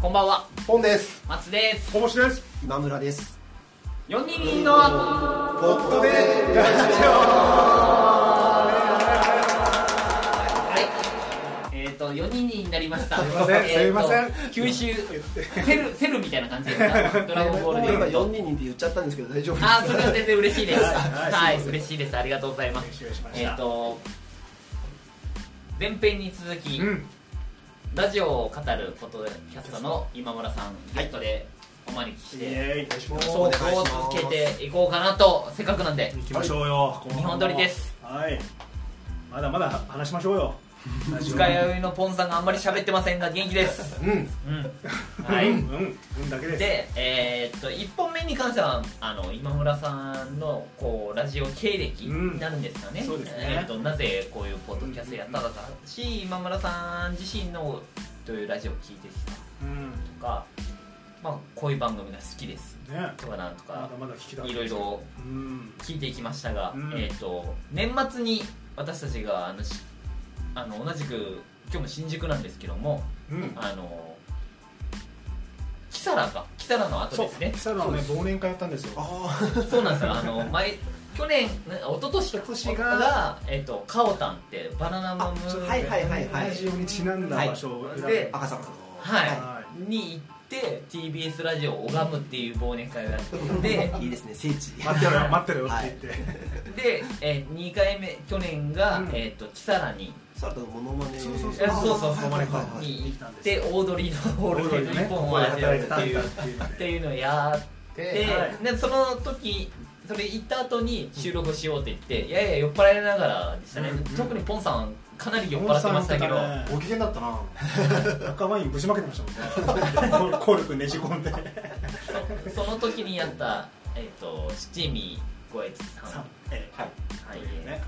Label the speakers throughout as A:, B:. A: こんばんは、
B: ポンです。
A: 松です。
C: ともしです
B: 今村です。
A: 4人の
B: ポットで
A: はい。えっ、と、4人になりました。すい
C: ませんすいません
A: 吸 収、セル、セルみたいな感じですかドラゴンボールで
B: 今
A: 言うと。
B: 4人って言っちゃったんですけど大丈夫です
A: あー、それは全然嬉しいです。
C: はい
A: はい、
C: すいません
A: 嬉しいです。ありがとうございます。
C: 失礼しまし
A: え
C: た
A: っ、と、前編に続き、
C: うん
A: ラジオを語ることキャストの今村さん、ゲストでお招きし
C: イ
A: て、
C: エーイお願いします
B: そう
A: トークを続けていこうかなと、せっかくなんで。
C: 行きましょうよ
A: 日本撮りです
C: はいまだまだ話しましょうよ
A: 二日酔いのポンさんがあんまり喋ってませんが元気です
B: うん
A: うん
C: は
A: はい
C: うん
A: い
C: うんだけです
A: でえーっと1本目に関してはあの今村さんのこうラジオ経歴
C: うん
A: になるんですかね,、
C: そうですね
A: えーっとなぜこういうポッドキャストやったのかし、今村さん自身のどういうラジオを聞いてきた
C: うんね
A: とか、まあ、こういう番組が好きです
C: ま
A: とかなんと
C: だ
A: か
C: まだ聞きた
A: いろいろ
C: うん
A: 聞いていきましたが、
C: うん
A: えーっと年末に私たちがあのしあの同じく今日も新宿なんですけども
C: うん
A: あのキサラがキサラの後
C: そう
A: ですね
C: 木更津のね忘年会やったんですよ
B: あ
A: そうなんですよあの前去年ね一昨年
C: 一昨年が
A: えっとカオタンってバナナマム
B: あそうはいはいはいはい
C: ラジオにちなんだ場所を選ぶ
A: はいで
B: 赤坂の
A: は
C: はい
A: に行って TBS ラジオを拝むっていう忘年会をやってで
B: いいいですね聖地
C: い待ってろよ待ってろよって言って
A: で、え2回目去年が、
C: うん
A: えっとキサラに
B: サラダのモノマネ
C: そうそう
A: そうそうそう
B: はいはいはいはい
A: に行ってオードリーのオールデイの一本を味わう
C: 働い
A: って
C: たん
A: てい
C: だ
A: う
C: っ
A: って
C: いうの
A: て
C: で
A: いうのをやってで,、
C: はい
A: でその時それ行った後に収録しようって言って、やや酔っ払いながらでしたね、
C: うんうん
A: 特にポンさんかなり酔っ払ってましたけど、
C: ポンさんとかね
D: ご機嫌だったな
C: 赤ワインぶちまけてました もんねコルクねじ込んで
A: そその時にやった、えっと七味ごえつさん、
C: さえ
D: はい
A: はい
C: えね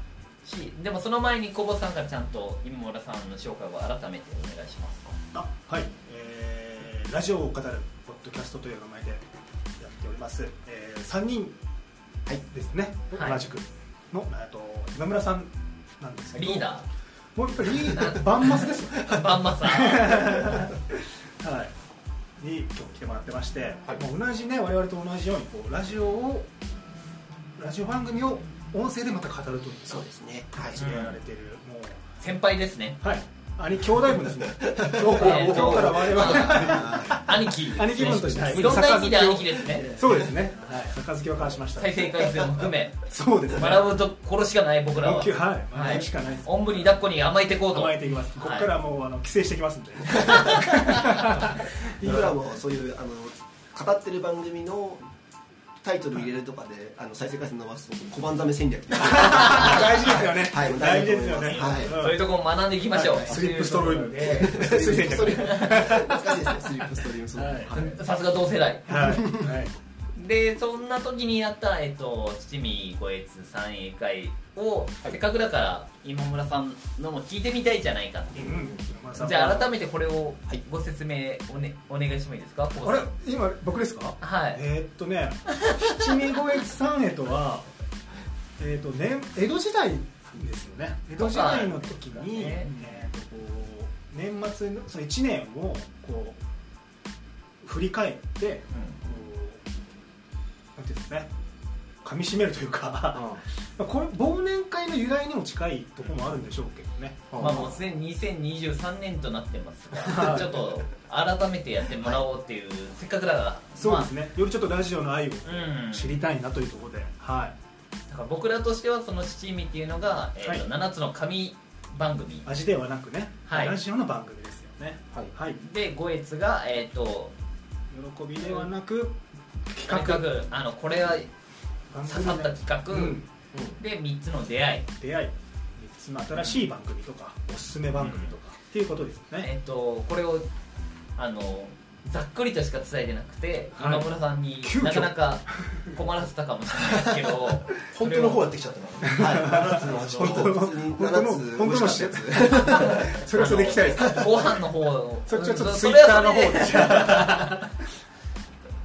A: しでもその前に小保さんからちゃんと今村さんの紹介を改めてお願いします
C: あはい、えーラジオを語るポッドキャストという名前でやっております、え3人ですね、
A: はい
C: 同じくの、えっと今村さんなんですけど
A: リーダ
C: もう一人リー ダーバンマスですよね、
A: ーバンマさん
C: はい、に今日来てもらってまして、
D: はい
C: もう同じね我々と同じようにこうラジオをラジオ番組を音声でまた語るという
B: そうですねはい
C: 形でやられている、もう
A: 先輩ですね
C: はい兄兄弟分です ね今日から
A: えー
C: 今日から我々
A: 兄貴
C: 兄貴分としてはい
A: いろんな意味で兄貴ですね
C: そうですね。はい。杯を交わしました。
A: 再生回数も含め
C: そうですね。
A: 学ぶところしかない僕らは
C: もうはい。学ぶしかないです。
A: おんぶに抱っこに甘えていこうと
C: 甘えていきます。ここからもうあの帰省してきま すんで。
B: 僕らもそういうあの語ってる番組のタイトル入れるとかであの再生回数伸ばすと小判ザメ戦 略
C: 大事ですよね。
B: はい
C: 大事ですよね。
B: はい
A: そういうところも学んでいきましょう、
B: はい
C: スリ ップストローム
A: で
B: スリップストリーム懐かしいですねスリップストリームそう
C: はい
B: は い
A: さすが同世代
C: はい。はい。
A: でそんな時にやった、えっと、七味五越三栄会を、せっかくだから今村さんのも聞いてみたいじゃないかっていう
C: うん
A: じゃあ
C: め
A: 改めてこれを
B: はい
A: ご説明お,、ね、お願いしてもいいですか
C: あれ今僕ですか？
A: はい
C: えーっとね、七味五越三枝とは、えーっとね江戸時代ですよね。江戸時代の時に、
A: ね
C: えーっとこう年末のその一年をこう振り返って。こうなんていうんですかね噛み締めるというか、まあ これ忘年会の由来にも近いところもあるんでしょうけどね、
A: まあもうすでに2023年となってます
C: は
A: が
C: い
A: ちょっと改めてやってもらおうっていう、せっかくだから
C: そうですね、よりちょっとラジオの愛を
A: まあうん
C: 知りたいなというところで、はい
A: だから僕らとしてはその七味っていうのが、えーと
C: はい
A: 7つの神番組
C: 味ではなくね、
A: はい
C: ラジオの番組ですよね
D: はい
C: はい
A: で五越がえっ、と
C: 喜びではなく
A: 企
C: 企画
A: 画あのこれは
C: 番
A: 刺さ
C: 組
A: っ
C: の
A: た
C: ね
A: 企画、
C: うん
A: で3つの出会い
C: 出会い3つの新しい番組とか、おすすめ番組とか、っていうことですよね、
A: えっ、とこれをあのざっくりとしか伝えてなくて、
C: はい
A: 今村さんに
C: 急遽
A: なかなか困らせたかもしれない ですけど
D: 本当の方やってきちゃったな
B: 7つの味
C: 本当の
B: 普通に7つ
C: 本当の
B: 美味しかったやつ
C: それはそれでいきたいです
A: あのご飯の方を
C: それちょっと
A: うん
C: ツイッターの
A: それは
C: 方
A: それ
C: で
A: で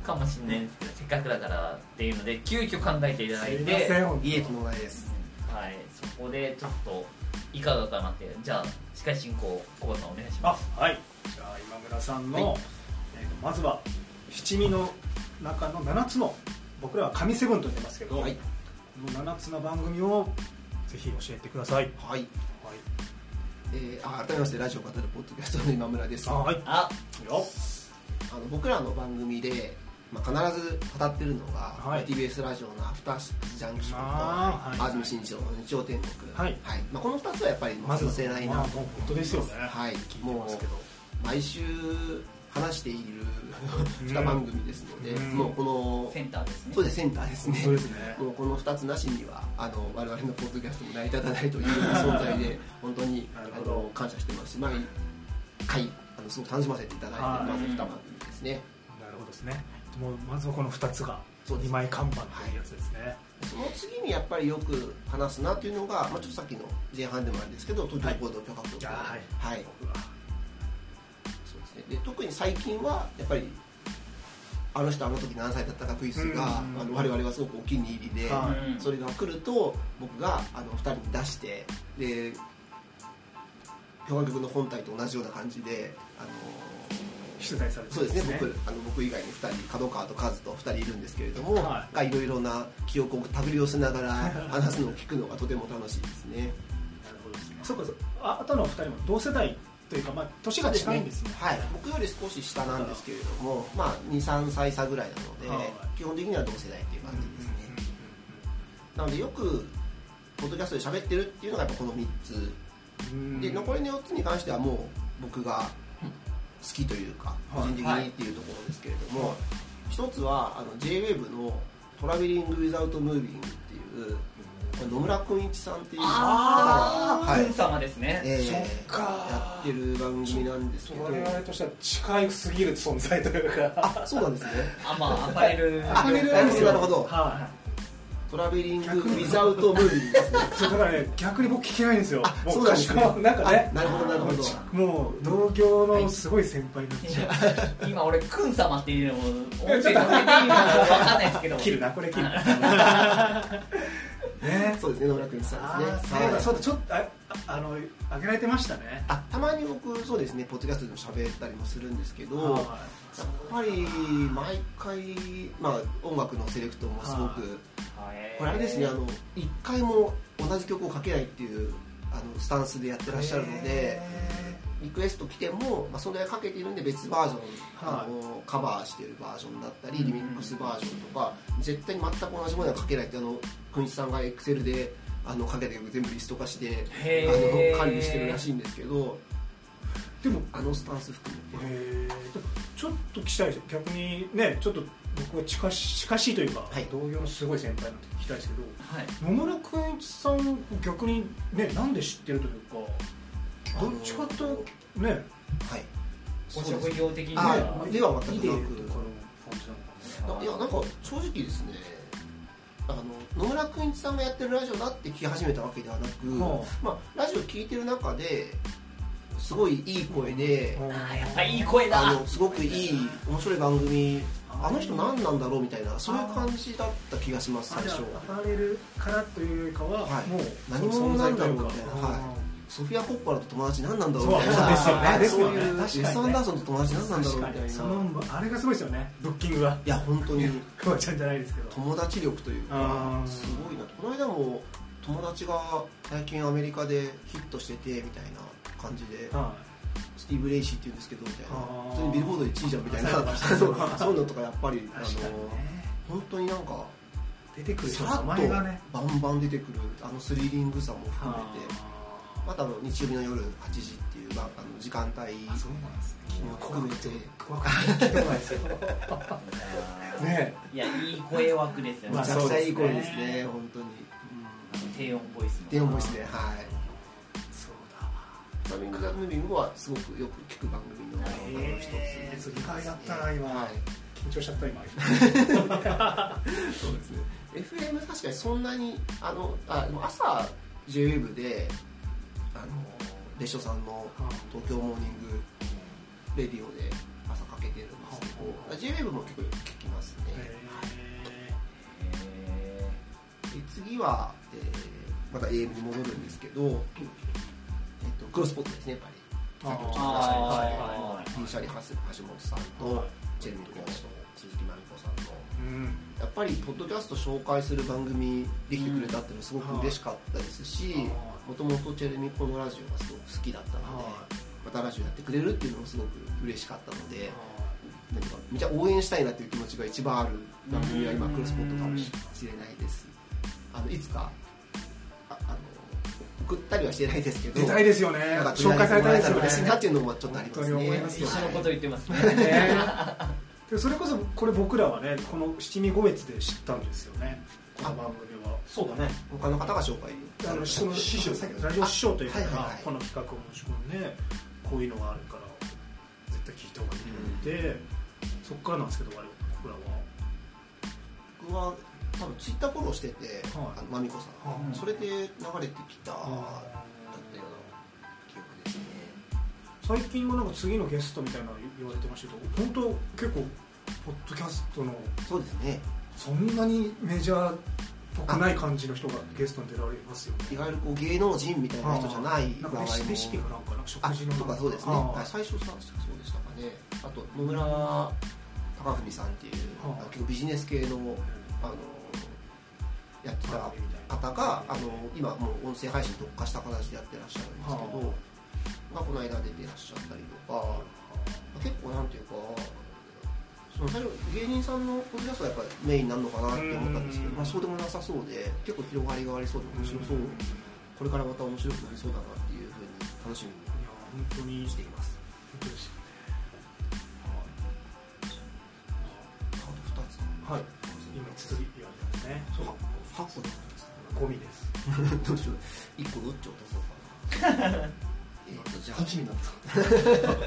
A: かもしれないんですけどせっかくだからっていうので急遽考えていただい
C: すいま
A: て
C: せん本当に
B: いいえともないです
A: はい、そこでちょっといかがかなってじゃあ司会進行小バさんお願いしま
C: あ
A: す
C: はいじゃあ今村さんの、
A: はい
C: ええーとまずは七味の中の7つの僕らは神セブンと呼んでますけど、
B: はい
C: この7つの番組をぜひ教えてください、
B: は
C: はい
B: い、えー、あ改めましてラジオ語るポッドキャストの今村です
C: あはい
A: あ
C: よ
B: あの僕らの番組で、まあ、必ず語ってるのが、
C: はい
B: TBS ラジオの「アフターシックスジャンクション」と
C: あーはい
B: 安住紳一郎の「日曜天国」
C: はい
B: まあ、この2つはやっぱりもう外せないな
C: まあ
B: と
C: もう本当ですよね、
B: はい
C: 聞いてますけど
B: 毎週話している
C: うん
B: 2番組ですので、
C: うん
B: もうこの
A: センターですね
B: そうですセンターですね
C: そうですね
B: もうこの2つなしにはあの我々のポッドキャストも成り立たないというような存在で本当に
C: なる
B: あ
C: ほど
B: の感謝してますし毎回あのすごく楽しませていただいて
C: はい
B: まず2番組ですね
C: なるほどですねもうまずはこの2つが
B: そうです
C: 2枚看板というやつですね、
B: その次にやっぱりよく話すなというのが、まあ、ちょっとさっきの前半でもあるんですけど東京行動許可局
C: あはい
B: はい、
C: 僕は
B: そうですねで特に最近はやっぱりあの人あの時何歳だったかクイズが、
C: うん
B: あの我々はすごくお気に入りで、
C: は
A: うん
B: それが来ると僕があの2人に出してで共和局の本体と同じような感じで、あの
C: 出題されて
B: そうですね僕あの僕以外に2人角川とカズと2人いるんですけれども、
C: は
B: い、
C: い
B: がいろいろな記憶を手繰り寄せなが ら話すのを聞くのがとても楽しいですね。
C: なるほどですねそうかそうああとのお二人も同世代というか、まあ、年が近いんですね
B: はい、僕より少し下なんですけれども、まあ、23歳差ぐらいなので、
C: はい
B: 基本的には同世代っていう感じですね、なのでよくポッドキャストで喋ってるっていうのがやっぱこの3つ
C: うん
B: で残りの4つに関してはもう僕が好きというか
C: は
B: 個
C: い
B: 人的にっていうところですけれども、一つはあの JWAVE の「トラベリング・ウィザウト・ムービング」っていうこれ野村君一さんっていう方が、
A: ああ
B: はい
A: 君様ですね、
B: えー
C: そっか
B: やってる番組なんですけど
C: 我々としては近いすぎる存在というか
B: あそうなんですね
A: あまあアパレ ル
B: あ
C: アパレル
B: なるほどなるほど
C: は
B: トラベリング・ウィザウト・ムービングですね
C: いそうだからね逆に僕聞けないんですよ も
B: そうなんですね
C: かしこなんかね
B: あなるほどなるほど
C: もう同業のすごい先輩になっちゃう、
A: 今俺君様っていうのを音声乗せていいのか分かんないですけど
C: 切るなこれ切るね
B: そうですね野村君一さん
C: あ
B: です
C: ー
B: ね
C: そう
B: は
C: だ
B: い
C: そうだちょっとあああのあげられてましたね
B: あたまに僕そうですねポッドキャストでも喋ったりもするんですけど、やっ
C: は
B: ぱり毎回、まあ、音楽のセレクトもすご
C: は
B: く
A: はい
B: これあれですねあの一回も同じ曲をかけないっていうあのスタンスでやって
C: い
B: らっしゃるので
C: へ
B: リクエスト来ても、まあ、それかけているんで別バージョン、
C: はい
B: あのカバーしてるバージョンだったり
A: うん
B: リミックスバージョンとか絶対に全く同じものはかけないってあのくんいちさんがエクセルであのかけた曲全部リスト化して
A: へー
B: あの管理してるらしいんですけど
C: ーでも
B: あのスタンス含めて。
C: へーちょっと聞きたいです逆にねちょっと僕は近し近しいというか、
B: はい
C: 同業のすごい先輩なんて聞きたいですけど
A: はい
C: 野村君さん逆にねなんで知ってるというか
B: あの
C: どっちかとね
B: はい。
A: お職業的に
B: あ
A: は
B: ーでは全くなく
C: いいねとかの感じなのかね
B: いやなんか正直ですね。あの野村くんいちさんがやってるラジオだって聞き始めたわけではなく、
C: は
B: まあラジオ聞いてる中ですごいいい声で、
A: あーやっぱいい声だ
B: あのすごくいい面白い番組。あの人何なんだろうみたいなそういう感じだった気がします最
C: 最初
B: 初。
C: アパレルからというよりかは、
B: はい
C: もう
B: 何
C: その
B: 者なんだろうみたいな
C: 存在とう
B: はソフィア・コッパラと友達何なんだろうみたい
A: そうですよね
B: な
A: です
C: よね
B: そういうウ
C: 確かにね
B: ェス・アンダーソンと友達何なんだろう
C: 確
B: み
C: か
B: たいな
C: にそのあれがすごいですよねブッキングはい
B: や本当に。
C: クワちゃんじゃないですけど
B: 友達力という
C: あ
B: か
C: ー
B: すごいなこの間も友達が最近アメリカでヒットしててみたいな感じで
C: はい
B: スティーブ・レイシーって言うんですけどみたいな
C: あー
B: 普通にビルボードで1位じゃんみたいな そうそういうのとかやっぱりあの
C: 確かにね
B: 本当になんか
C: 出てくる
B: さ
C: 人
B: ら
C: の名
B: っ
C: 前
B: と
C: がね
B: バンバン出てくるあのスリリングさも含
C: あ
B: めてまたあの日曜日の夜8時っていうばあの時間帯
C: ーあそうなんですね
B: も含めて
C: 怖くない聞いたことないですよね
A: いやいい声枠ですよね、
C: ま
B: めち
C: あ
B: ゃくちゃいい声
C: そう
B: で
C: ですすね
B: ね本当に
A: 低音ボイスの
B: 電話もですねはい
C: そうだわ
B: サミング・ザ・ムービングはすごくよく聞く番組の
C: へー
B: 一つです、
C: 意外だったな今
B: はい、
C: 緊張しちゃった今
B: そうですね FM 確かにそんなにあのあでも朝 JWEB であの列車さんの「東京モーニングレディオ」で朝かけてるんです
C: は
B: けど JWEB も結構よく聞きますね、
A: へ
B: で次は、えーまた AM に戻るんですけど、えっとクロスポットですねやっぱり先ほどちょっと出したりしたけど銀シャリ橋本さんとチェルミコさんと鈴木まみこさんと
C: うん
B: やっぱりポッドキャスト紹介する番組できてくれたっていうのはすごく嬉しかったですし
C: うん
B: もともとチェルミコのラジオがすごく好きだったので
C: は
B: またラジオやってくれるっていうのもすごく嬉しかったの
C: い
B: でなんかめっちゃ応援したいなっていう気持ちが一番ある番組は今
C: うん
B: クロスポットかもしれないですあのいつかああの送ったりはしてないですけど
C: 出たいですよね
B: なんか
C: 紹介されたいですよね
B: 嬉しいなっていうのもちょっとあります
C: 本当に思
B: ね
C: います
A: 一緒のこと言ってますね
C: ねでそれこそこれ僕らはねこの七味五越で知ったんですよねこの番組は
D: そうだね
B: 他の方が紹介
C: あのその師匠ラジオ師匠という方がこの企画を持ち込んでこういうのがあるから絶対聞いた方がいいと思ってそっからなんですけど我々僕らは
B: 僕は多分ツイッターフォローしてて、
C: はい
B: あのまみこさん、
C: うん
B: それで流れてきただったような
C: あ
B: 記憶ですね
C: 最近もなんか次のゲストみたいなの言われてましたけど本当結構ポッドキャストの
B: そうですね
C: そんなにメジャーっぽくない感じの人がゲストに出られますよね
B: いわゆるこう芸能人みたいな人じゃない
C: な
B: 場
C: ん
B: 合
C: かレ
B: も
C: シレシピかなんかなんか
B: あ
C: 食事の
B: とかそうですね、
C: あ
B: はい、最初さそうでしたかねあと野村貴文さんっていう
C: はあ
B: あの結構ビジネス系のあのやってた方があの今もう音声配信特化した形でやってらっしゃるんですけど、
C: は
B: まあ、この間出てらっしゃったりとか、結構なんていうかその最初芸人さんのポッドキャストがやっぱりメインになるのかなって思ったんですけ
C: うん
B: ど、まあ、そうでもなさそうで結構広がりがありそうで面白そう、
C: いや
B: これからまた面白くなりそうだなっていうふうに楽しみに
C: 本当に
B: しています
C: 本当ですよね
B: あと2つ
C: はい今続きやりますね
B: そうか8個だったんですか
C: ゴミです
B: どうしよう1個どっち落とそうかなえっとじゃあ
D: 楽しみになった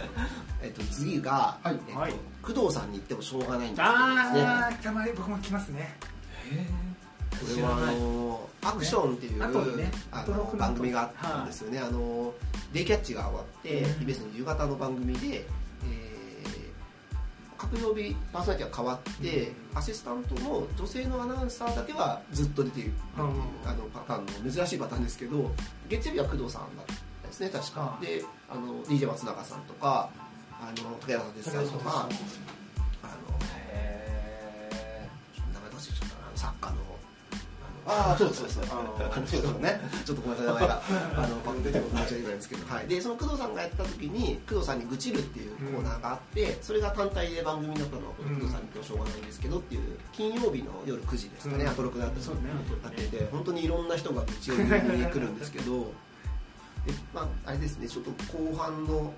B: えっと、次が、
D: はい
B: えっと
C: はい
B: 工藤さんに言ってもしょうがないんですけどですね
C: ああたまに僕も来ますね
B: これはあのアクションっていう、
C: ね後にね
B: あ
C: 登
B: の
C: 録の後
B: 番組があったんですよね、あのデイキャッチが終わって、
C: うん
B: TBS の夕方の番組で、えー各曜日パーソナリティが変わって、
C: うん
B: アシスタントの女性のアナウンサーだけはずっと出ているっていう、
C: うん
B: あのパターンの珍しいパターンですけど月曜日は工藤さんだったんですね確か、
C: はい
B: であの DJ 松永さんとかあの武田さんですさんとかあの
A: へ
B: 名前出してちゃったなあの作家のあの
D: ああそうですそうですあ
B: あ
D: の
B: の
D: そうですね
B: ちょっとごめんなさい、名前が。あの、番組出てこないじゃいないんですけど。はい。で、その工藤さんがやった時に、工藤さんに愚痴るっていうコーナーがあって、それが単体で番組になったのは、この工藤さんに今日しょうがないんですけどっていう、金曜日の夜9時ですかね、
C: うん
B: アトロクだった
C: そうね
B: なってて、本当にいろんな人が愚痴を言いに来るんですけど、でまあ、あれですね、ちょっと後半の、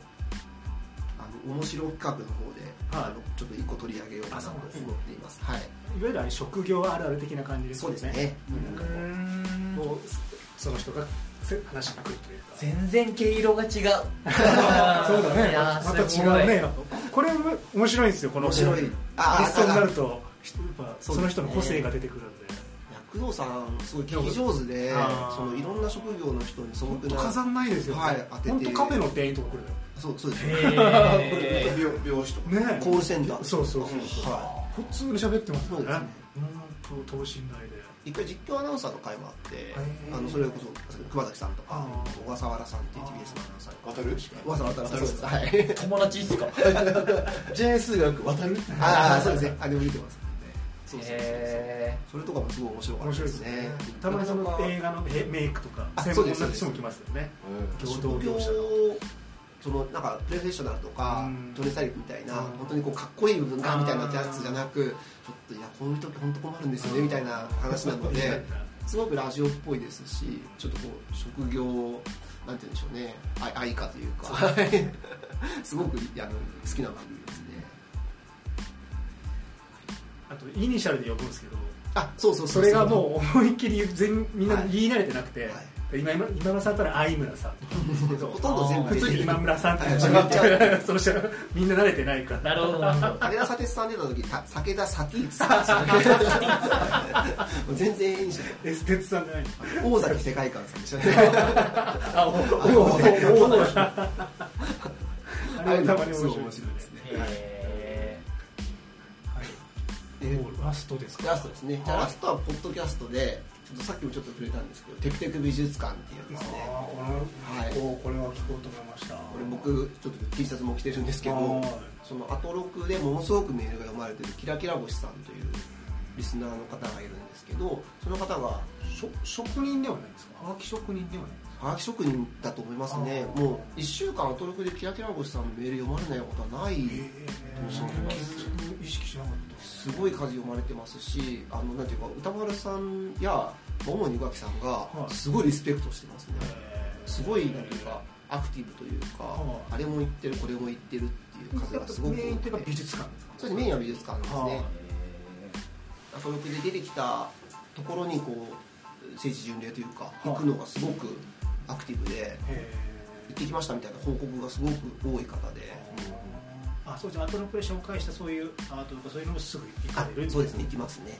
B: あの、面白企画の方で、
C: はい
B: あの、ちょっと一個取り上げようかなと思っています。はい。
C: いわゆるあれ職業あるある的な感じです
B: そ
C: よ
B: う
C: ね
B: ですね。
C: なんかこうこうその人がせ話しに来るというか
A: 全然毛色が違うそう
C: そうだね
A: いやー
C: また
A: すごい
C: 違うねこれも面白いんですよこの
B: 面白いあー
C: ゲストになるとやっぱ
B: そうですね
C: その人の個性が出てくるんで
B: 工藤さんすごい聞き上手で
C: あー
B: そのいろんな職業の人に素
C: 本
B: 朴
C: 当
B: な
C: 飾んないですよね
B: はい当てて
C: 本当カフェの店員とか来るの
B: そうそうですね
A: へ ー
D: 病病死とか
C: よね
B: コールセンター
C: そうそうそう
B: は
C: 普通に喋ってますよ
B: そうです
C: ね
B: ね
C: 本当等身大で
B: い一回実況アナウンサーの会もあって
C: ー
B: あのそれこそ熊崎さんとか
C: あー
B: 小笠原さんっていう TBS のアナウンサー
D: 渡る
B: わざわざそうですはい
A: 友達いいっすか
D: J 数学渡る
B: ああそうですねあれも見てますそうそうそうそう
A: へ
B: それとかもすごい面白かっ
C: 面
B: た
C: 白
B: で
C: いです
B: す
C: ね
B: ね
C: たまにその映画のえメイクとか
B: あ
C: 専
B: そう
C: 門
B: です
C: の人も来ますよね
D: う
C: 共同
B: 職業
C: 業者の
B: そのなんかプロフェッショナルとか
C: うん
B: トレサリップみたいな
C: うん
B: 本当にこうかっこいい部分が
C: あー
B: みたいなやつじゃなくちょっといやこういう時本当困るんですよねみたいな話なので すごくラジオっぽいですしちょっとこう職業なんて言うんでしょうねあ愛歌というか すごくあの好きな番組ですね
C: あとイニシャルで呼ぶんですけど
B: あそうそう
C: それがもう思いっきり全みんな言い慣れてなくて、
B: は
C: 今今今村さんだったら相村さんとかですけど
B: ほとんど全部
C: 普通に今村さんって言っ
B: はい
C: ちゃうその人みんな慣れてないか
A: ー
C: ら
A: なるほどなるほど
B: 武田砂鉄さん出た時た武田砂鉄さんもう全然いいじゃん
C: エステツさんじゃないの
B: 大崎世界観さんでしたね
A: あもう
C: おーおーあれはたまに面
B: そう
C: 白い
B: 面白い
C: で
B: ですす
C: ね
B: ね、
A: へ
C: はい、もうラストですか
B: ラストですね、じゃあラストはポッドキャストでちょっとさっきもちょっと触れたんですけど「テクテク美術館」っていうですね
C: あーこの
B: はい
C: おーこれはを聞こうと思いました
B: これ僕ちょっと T シャツも着てるんですけど
C: はい
B: そのアトロクでものすごくメールが読まれてるキラキラ星さんというリスナーの方がいるんですけどその方が
C: しょ職人ではないですかはがき職人ではないですか
B: はがき職人だと思いますね
C: あー
B: もう1週間アトロクでキラキラ星さんのメール読まれないことはない
C: え
B: そう思います
C: 意識しなかった
B: すごい数読まれてますしあのなんていうか歌丸さんや主に宇垣さんが
C: はい
B: すごいリスペクトしてますね、
C: えー
B: すごいなんていうかアクティブというか、
C: はい
B: あれも言ってるこれも言ってるっていう数がすごく多
C: メインというか
B: くて
C: 美術館ですか
B: そうですメインは美術館です
C: は
B: ね
C: い
B: アトロクで出てきたところにこう聖地巡礼というか
C: い
B: 行くのがすごくアクティブで
C: へ
B: 行ってきましたみたいな報告がすごく多い方で
C: えあそうじゃあアトロックで紹介したそういうアートとかそういうのもすぐ行
B: あ
C: かれる
B: そうですね行きますね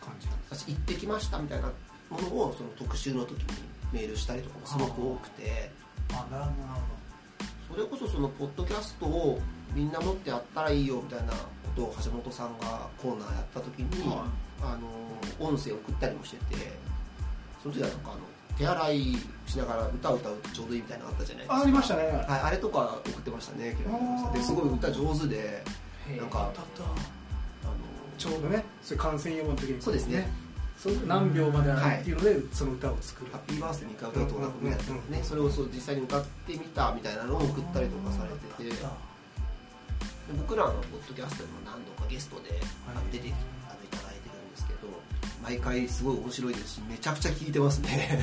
C: 感じなんです
B: 私行ってきましたみたいなものをその特集の時にメールしたりとかもすごく多くて
C: あなるほどなる
B: それこそそのポッドキャストをみんな持ってやったらいいよみたいなことを橋本さんがコーナーやった時に、
C: ほどはい
B: あの音声送ったりもしててその時はなんかあの手洗いしながら歌を歌うとちょうどいいみたいなのあったじゃないですか
C: あありましたね
B: はい、あれとか送ってましたねキラキラ星さんですごい歌上手でなんか
C: たった
B: あの
C: ちょうどねそういう感染予防の時に
B: そうですね
C: そう何秒まであるっていうので、その歌を作る
B: ハッピーバースデーに歌うとかみたいな
C: うんうんうん
B: ねそれをそう実際に歌ってみたみたいなのを送ったりとかされてて僕らのポッドキャストでも何度かゲストであの出てきあのいただいてるんですけど毎回すごい面白いですしめちゃくちゃ聞いてますね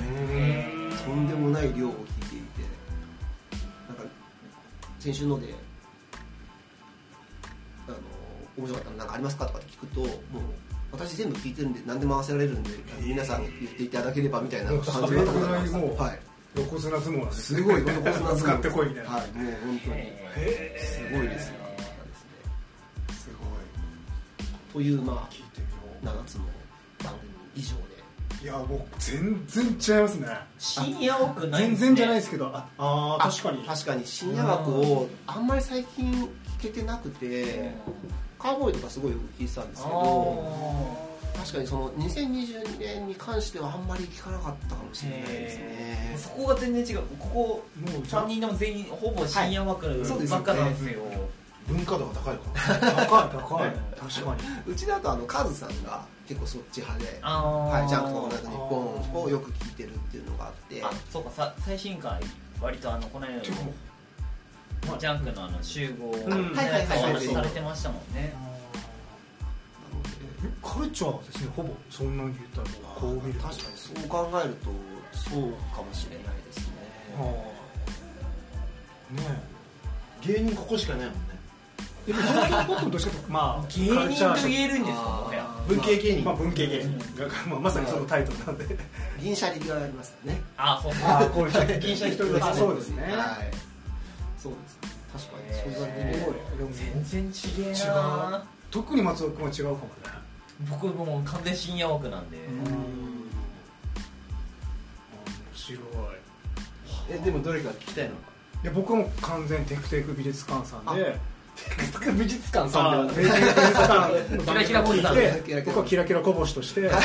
B: とんでもない量を聞いていてなんか先週のであの面白かったのなんかありますかとかって聞くともう私全部聞いてるんで何でも合わせられるんで皆さん言っていただければみたいな感じだったの
C: それぐらいもう
B: はい
C: 横綱相撲なんです
B: すごい、こ
C: 綱使ってこいみたいな
B: はい、もう本当に、
C: へ
B: すごいですね。
C: すごい
B: という、ま
C: 聞いてみよ
B: あ、7つの番組以上で。
C: ういやもう全然違いますね
A: 深夜奥ない
C: 全然じゃないですけどああー確かに
B: 確かに深夜枠を、あんまり最近聞けてなくて、カーボーイとかすごいよく聞いてたんですけど、確かにその2022年に関してはあんまり聞かなかったかもしれないですね。
A: そこが全然違うこ
C: も
A: こ
C: う
A: 3人でも全員ほぼ深夜枠
B: そうですよね
A: ばっかなんですよ
D: 文化度が高いか
C: 高い高い確かに
B: うちだと、あの、カズさんが結構そっち派で、
A: あー
B: はい、ジャンクとかオールナイトニッポンをよく聞いてるっていうのがあって、
A: あそうかさ最新回割とあのこの間の
C: てかもう
A: ジャンクのあの集合
C: ん
A: の
C: はい
B: はいはい
A: お話しされてましたもんね
B: なので
C: カルチャーはですねほぼそんなに言ったらこう見ると
B: 確かにそう考えるとそうかもしれないですね
C: あーね
D: ら芸人ここしかないもんね
C: えでも東京ポップもどっちかというとまあカ
A: 芸
C: ルチャ
A: 人
C: ー
A: と
C: 色
A: 言えるんですかもはや
D: 文系芸人、
C: まあ文系芸人が、まあ、まさにそのタイトルなんで
B: 銀シャリがありますからね
A: あそうそう
C: ああこういう
D: 銀シャリ一人暮らし
C: あそうですね、
B: はいそうです確かにそう言われてみれば
C: すごいで
A: 全
C: も
A: 然違え
C: 違う
A: な
C: 特に松尾君は違うかもね
A: 僕もう完全深夜枠なんで
C: う
B: ん
C: ん面白い
D: えでもどれか聞きたいの
C: で僕はもう完全テクテク美術館さんで
D: テク美術館
C: あ
D: で
C: 美術館の番組を聞いて
A: キラキラボーイさん
C: 僕はキラキラこぼしとしていや
A: キラ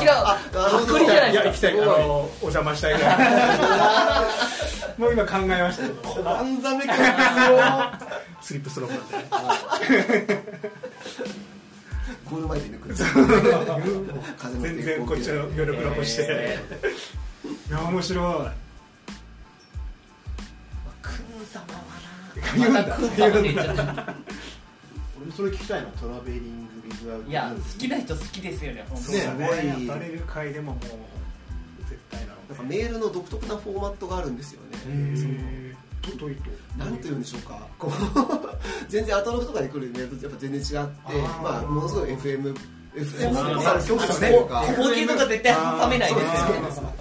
A: キラあ
B: なるほど
A: パクリじゃない
C: 行
A: で
C: き
A: す
C: た
A: か
C: いあのお邪魔したいぐら いもう今考えましたけど
D: あんざめか
C: スリップスロープなんで
B: ゴール前で抜く風の抵抗
C: 全然こっちの余力残して、
A: え
C: いや面白
A: クン様
C: 言う
A: はな
C: んだ
A: またクン様って言っちゃった
D: 俺それ聞きたいなトラベリングビズアウト
A: いや好きな人好きですよね本
C: い
A: 当
C: ね
A: に
C: す
D: ね
C: ご
B: すごい
C: いバレル界でももう絶対だろ
B: なんか
C: うね
B: メールの独特なフォーマットがあるんですよねその
C: へーどどういうと
B: なんて言うんでしょうかこう全然アトロクとかに来るメールとやっぱ全然違って
C: ー
B: まあものすごい FM FM
A: そう
B: の
A: ですね
B: されてるというか
A: 高級とか絶対挟めないですよね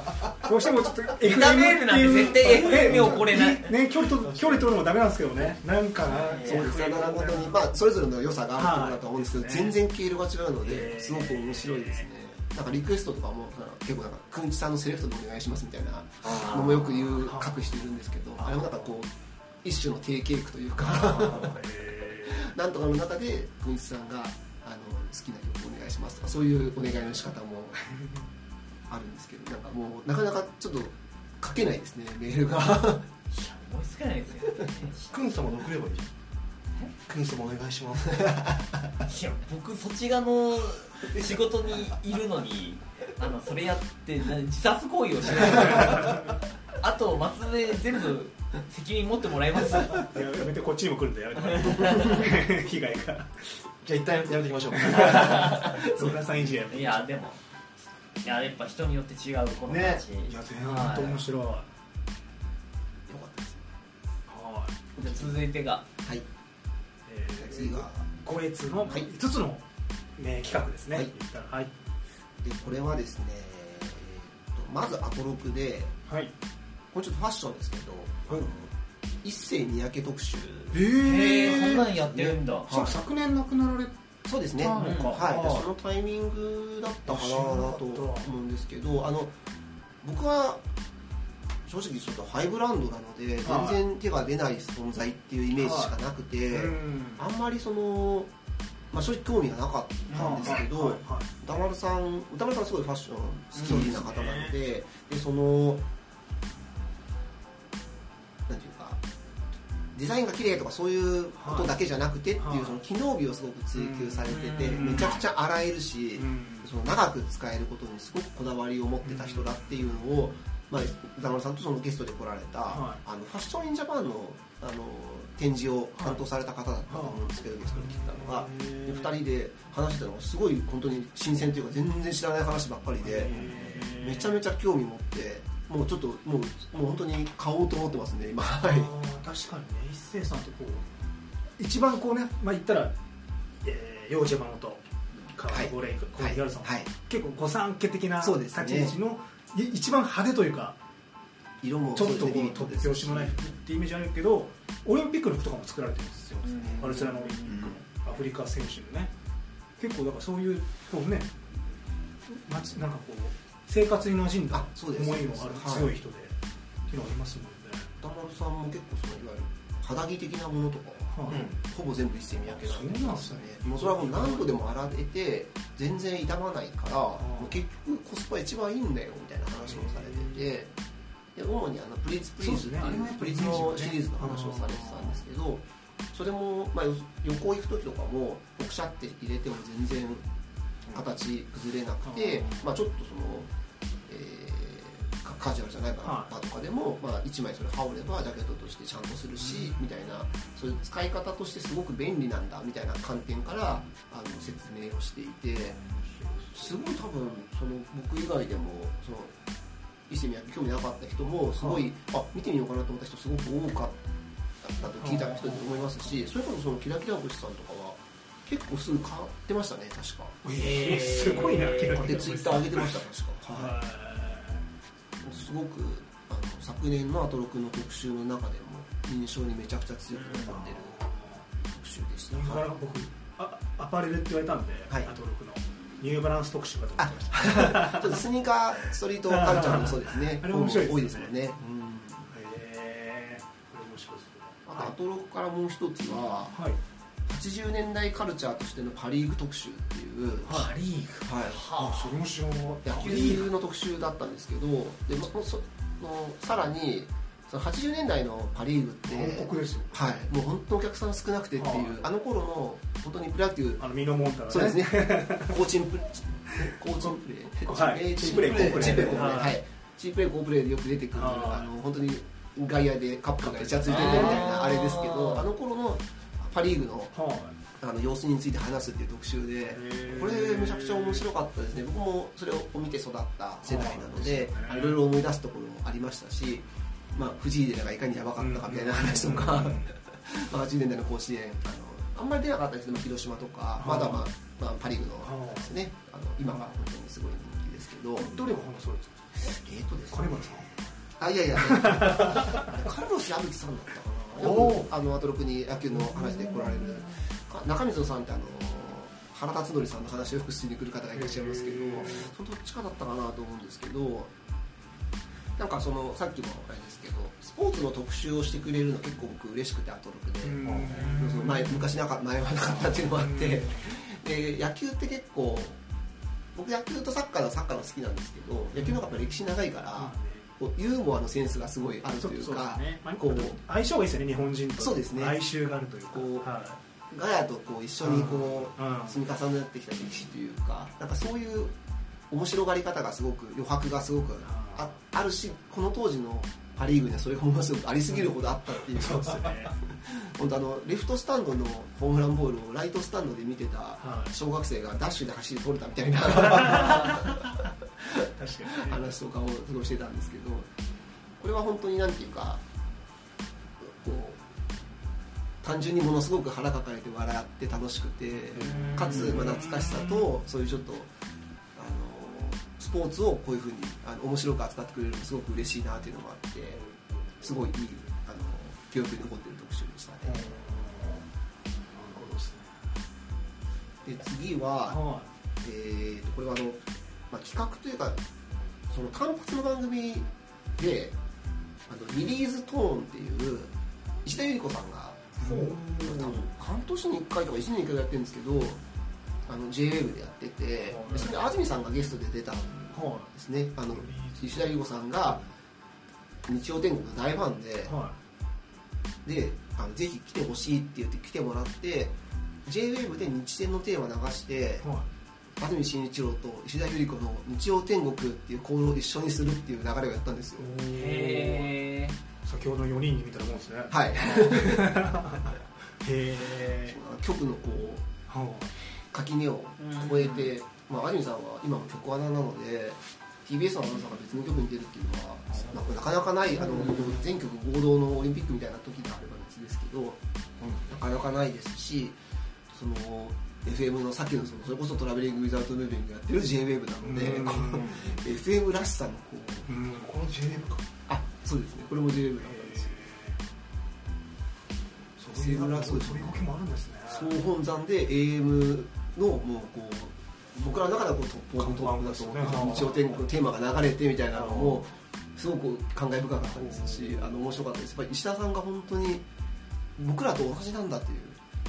C: どうしてもちょっと FM っていう
A: ダメールなんて絶対 FM を超えない
C: ねね距離と距離取るのもダメなんですけどねなんかな
B: そうですね、ごとに、まあ、それぞれの良さがあるところだと思うんですけど、
C: はい
B: 全然毛色が違うの
C: え
B: で、
C: ー
B: すごく面白いですね。なんかリクエストとかも、なんか結構なんか、くんちさんのセレクトでお願いしますみたいなのもよく言う、書く人いるんですけど、あれもなんかこう、一種の定型句というか、 なんとかの中で、くんちさんが、あの、好きな曲お願いしますとか、そういうお願いの仕方もあるんですけど、なんかもう、なかなかちょっと書けないですね、メールが。
A: もうすつかないですよ、ね、
D: くん様で送ればいいじゃんくん様お願いします
A: いや僕そっち側の仕事にいるのにあのそれやってな自殺行為をしないあと松で全部責任持ってもらいます
C: いややめてこっちにも来るんだよやめて被害が
D: じゃあ一旦やめてきましょう
C: 村さんいじれ
A: いやでもいややっぱ人によって違うこの
D: ね
A: 感じ、
C: いや全然と面白いは
B: よかったです
C: い
A: じゃあ続いてが
B: はい
C: えー
B: 次が
C: こいつの
B: はい
C: 5つの、ね、企画ですね、
B: はい
C: 言ったらはい
B: でこれはですね、えーとまずアトロクで
C: はい
B: これちょっとファッションですけど、あの一世三宅特集
C: え
A: へえそ
C: ー
A: んなんやってるんだ、
C: しかも昨年亡くなられ
B: そうですね、
C: あ
B: はい
A: ーそうか
B: でそのタイミングだったかなと思うんですけどあの僕は正直ちょっとハイブランドなので
C: はい
B: 全然手が出ない存在っていうイメージしかなくて、
C: うん
B: あんまりその、まあ、正直興味がなかったんですけど、
C: はいはい
B: 歌丸さん歌丸さんすごいファッション好きな方なの
C: そう
B: で,、でそのなんていうかデザインが綺麗とかそういうことだけじゃなくてっていう、
C: はい
B: その機能美をすごく追求されてて、
C: うん
B: めちゃくちゃ洗えるし、
C: うん
B: その長く使えることにすごくこだわりを持ってた人だっていうのを、まあ、歌丸さんとそのゲストで来られた、
C: は
B: あのファッション・イン・ジャパンのあの展示を担当された方だったと思うんですけど、ゲストに来てたのが。
C: へー
B: で2人で話してたのがすごい本当に新鮮というか全然知らない話ばっかりで
C: へー
B: めちゃめちゃ興味持ってもうちょっともうもう本当に買おうと思ってますね今
C: あ
B: はい
C: ー確かにね一斉さんってこう一番こうねまあ言ったら、えー、幼児山本川
B: はい
C: ゴレイクコー
B: は
C: デ
B: い
C: ィガルさん、
B: はい
C: 結構御三家的な
B: そう
C: 立
B: です
C: ち
B: ね
C: 位置の、い一番派手というか
B: 色も
C: ちょっ
B: そ
C: と
B: う
C: こう
B: ですね
C: 突拍子もないってイメージあるけどオリンピックの服とかも作られてるんですよ
A: うん
C: バルセロナオリンピックのアフリカ選手のね結構だからそういうこうね街なんかこう生活に馴染んだ
B: あそ
C: 思
B: うです
C: いの
B: そ
C: あ
B: う
C: る
B: です
C: 強い人でっていうのがありますもんね
B: 歌丸さんも結構そのいわゆる肌着的なものとか
C: はい
B: ほぼ全部一斉見分けられてましたね
C: そうなんですね
B: もうそれはもう何度でも洗えて全然傷まないからもう結局コスパ一番いいんだよみたいな話もされててで主にあのプリーツプリーズってい
C: そうですねあれ
B: う
C: はやっぱ
B: プ
C: り
B: リー
C: イ
B: ツ
C: メージがね
B: のシリーズの話をされてたんですけどそれも、まあ、よ旅行行く時とかもくしゃって入れても全然形崩れなくて
C: あー
B: まあ、ちょっとその、えーカカジュアルじゃない
C: は
B: か
C: い
B: なとかでも、まあ、1枚それ羽織ればジャケットとしてちゃんとするし、みたいなそういう使い方としてすごく便利なんだみたいな観点からあの説明をしていてすごい多分その僕以外でもその伊勢に興味なかった人もすごい、あ見てみようかなと思った人すごく多かったと聞いた人だと思いますしそれこそそのキラキラ星さんとかは結構すぐ買ってましたね確か。
C: えーすごいなキラキラ
B: でツイッター上げてました確か、
C: は
B: すごくあの昨年のアトロクの特集の中でも印象にめちゃくちゃ強く残ってる特集でし
C: い
B: た、
C: ニューバ
B: は
C: ランス僕あアパレルって言われたんで、
B: はい
C: アトロクのニューバランス特集かと思ってました
B: い、ちょっとスニーカーストリートカルチャーもそうですね
C: あれ面白いですね
B: 多いですもんね、
C: へえこれ面白そう
B: あ
C: だ
B: とアトロクからもう一つは
C: はい
B: 80年代カルチャーとしてのパ・リーグ特集っていう、
A: パ・リーグ
B: はい
A: はあ
C: それも知らない
B: 野球の特集だったんですけどでもそそのさらにその80年代のパ・リーグって
C: 暗黒ですよ
B: はい、もう本当お客さん少なくてっていう、
C: はい
B: あの頃の本当にプラテュ
C: あのミノモンタのね
B: そうです ね、コーチンプレコーチンプレー、
C: はい
B: えー
C: チープレーコープレー
B: チープレーコープレー、
C: はい
B: はい、チープレーコープレーでよく出てくる、
C: あー
B: あの本当に外野でカップがイチャついてるみたい
A: あ
B: な
A: ー
B: あれですけど、あの頃のパ・リーグの
C: は
B: あの様子について話すっていう特集で
C: ー、
B: これめちゃくちゃ面白かったですね、僕もそれを見て育った世代なので
C: あーですよ、ね
B: いろいろ思い出すところもありましたし、まあ、藤井寺がいかにやばかったかみたいな話とか。まあ80年代の甲子園あのあんまり出なかったですけど広島とか
C: い
B: まだ、まあまあ、パ・リーグ
C: は
B: の
C: い
B: ですねあの今が本当にすごい人気ですけど
C: いどれが本当そうですか
B: えっとですね
C: 金村さん
B: あいやいや カルロス矢吹さんだったかな
C: お
B: よ
C: ー
B: くあのアトロクに野球の話で来られるか中溝さんってあの原辰徳さんの話をよくしに来る方がいらっしゃいますけど
C: へー
B: そのどっちかだったかなと思うんですけどなんかそのさっきもあれですけどスポーツの特集をしてくれるの結構僕嬉しくてアトロクで。その前昔なか前はなかったっていうのもあってで野球って結構僕野球とサッカーのサッカーの好きなんですけど野球の方がやっぱ歴史長いからこうユーモアのセンスがすごいある
C: そ
B: と
C: う
B: いう
C: そうで
B: か
C: すね、まあ
B: こう
C: 相性がいいですよね日本人と
B: そうですね
C: 哀愁があるというか
B: こう
C: はい
B: ガヤとこう一緒にこ
C: うんうん
B: う積み重なってきた歴史というかなんかそういう面白がり方がすごく余白がすごくああるしこの当時のパ・リーグにはそれがものすごくありすぎるほどあったっていう
C: そうですね
B: 本当あのレフトスタンドのホームランボールをライトスタンドで見てた
C: はい
B: 小学生がダッシュで走り取れたみたい な
C: 確かにね
B: 話とかをすごいしてたんですけどこれは本当になんていうかこう単純にものすごく腹抱えて笑って楽しくてかつまあ懐かしさとそういうちょっとあのスポーツをこういうふうにあの面白く扱ってくれるのもすごく嬉しいなっていうのもあってすごいいいあの記憶に残ってる特集でしたね。
C: うん
B: で次は、
C: は
B: えーとこれはあの、まあ、企画というかその単発の番組であのリリーズトーンっていう石田ゆり子さんが
C: い
B: 多分半年に1回とか1年に1回やってるんですけどあの JWAVE でやっててでそれで安住さんがゲストで出たん
C: は
B: ですねあの石田ゆり子さんが日曜天国の大ファンで
C: いは
B: であのぜひ来てほしいって言って来てもらって JWAVE で日展のテーマ流して
C: いは
B: 安住紳一郎と石田ゆり子の「日曜天国」っていう行動を一緒にするっていう流れをやったんですよ
C: い
A: へえ
C: 先ほどの4人にみたいなもんですね
B: はい
C: へえ
B: 曲のこう
C: は
B: 垣根を超えて、まあ、安住さんは今も曲穴なので TBS のアナウンサーが別の曲に出るっていうのはなんかなかなかないあの全曲合同のオリンピックみたいな時であれば別ですけど、なかなかないですしその FM のさっきのそのそれこそトラベリング・ウィザート・ムービングやってる JWAVE なので
C: うん
B: こう FM らしさのこう
C: いうん
D: この JM か
B: あそうですねこれも JWAVE だったんですよ
C: そういうそういう動きもあるんですね
B: 総本山で AM のもうこう僕らの中ではこうトップオブトップだと
C: 看板ですよね
B: 日曜天国のテーマが流れてみたいなのもすごく感慨深かったですしあの面白かったですやっぱり石田さんが本当に僕らと同じなんだという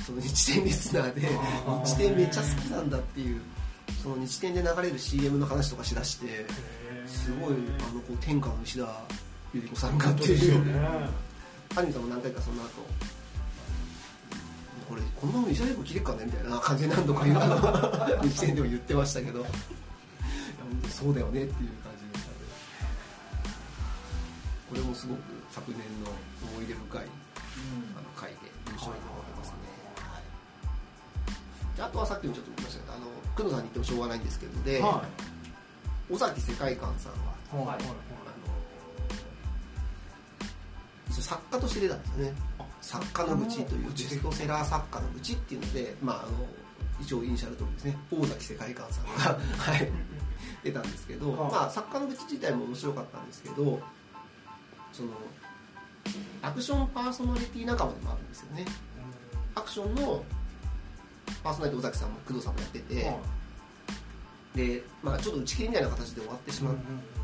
B: その日天リスナーで
C: あー
B: 日天めっちゃ好きなんだっていうその日天で流れる CM の話とかしだして
C: へー
B: すごいあのこう天下の石田ゆり子さんがっ
C: 本当
B: て
C: で
B: い
C: すよ
B: う
C: ね
B: アニメさんも何回かその後これこのままイジャレブ切れっかねみたいな感じで何度か言う あの日展でも言ってましたけどいや本当にそうだよねっていう感じでしたねこれもすごく昨年の思い出深いあの回で印象に残ってますね、はいであとはさっきもちょっと言いましたけどあの久野さんに言ってもしょうがないんですけどで、
C: は
B: 尾崎世界観さんはあ
C: いはいはいはい
B: のそう作家として出たんですよね作家の愚痴というベストセラー作家の愚痴っていうので、まあ、あの一応イニシャルとですね大崎世界観さんが、はい、出たんですけど、
C: はい
B: まあ、作家の愚痴自体も面白かったんですけどそのアクションパーソナリティ仲間でもあるんですよねアクションのパーソナリティ尾崎さんも工藤さんもやってて、
C: はい
B: で、まあ、ちょっと打ち切りみたいな形で終わってしまっ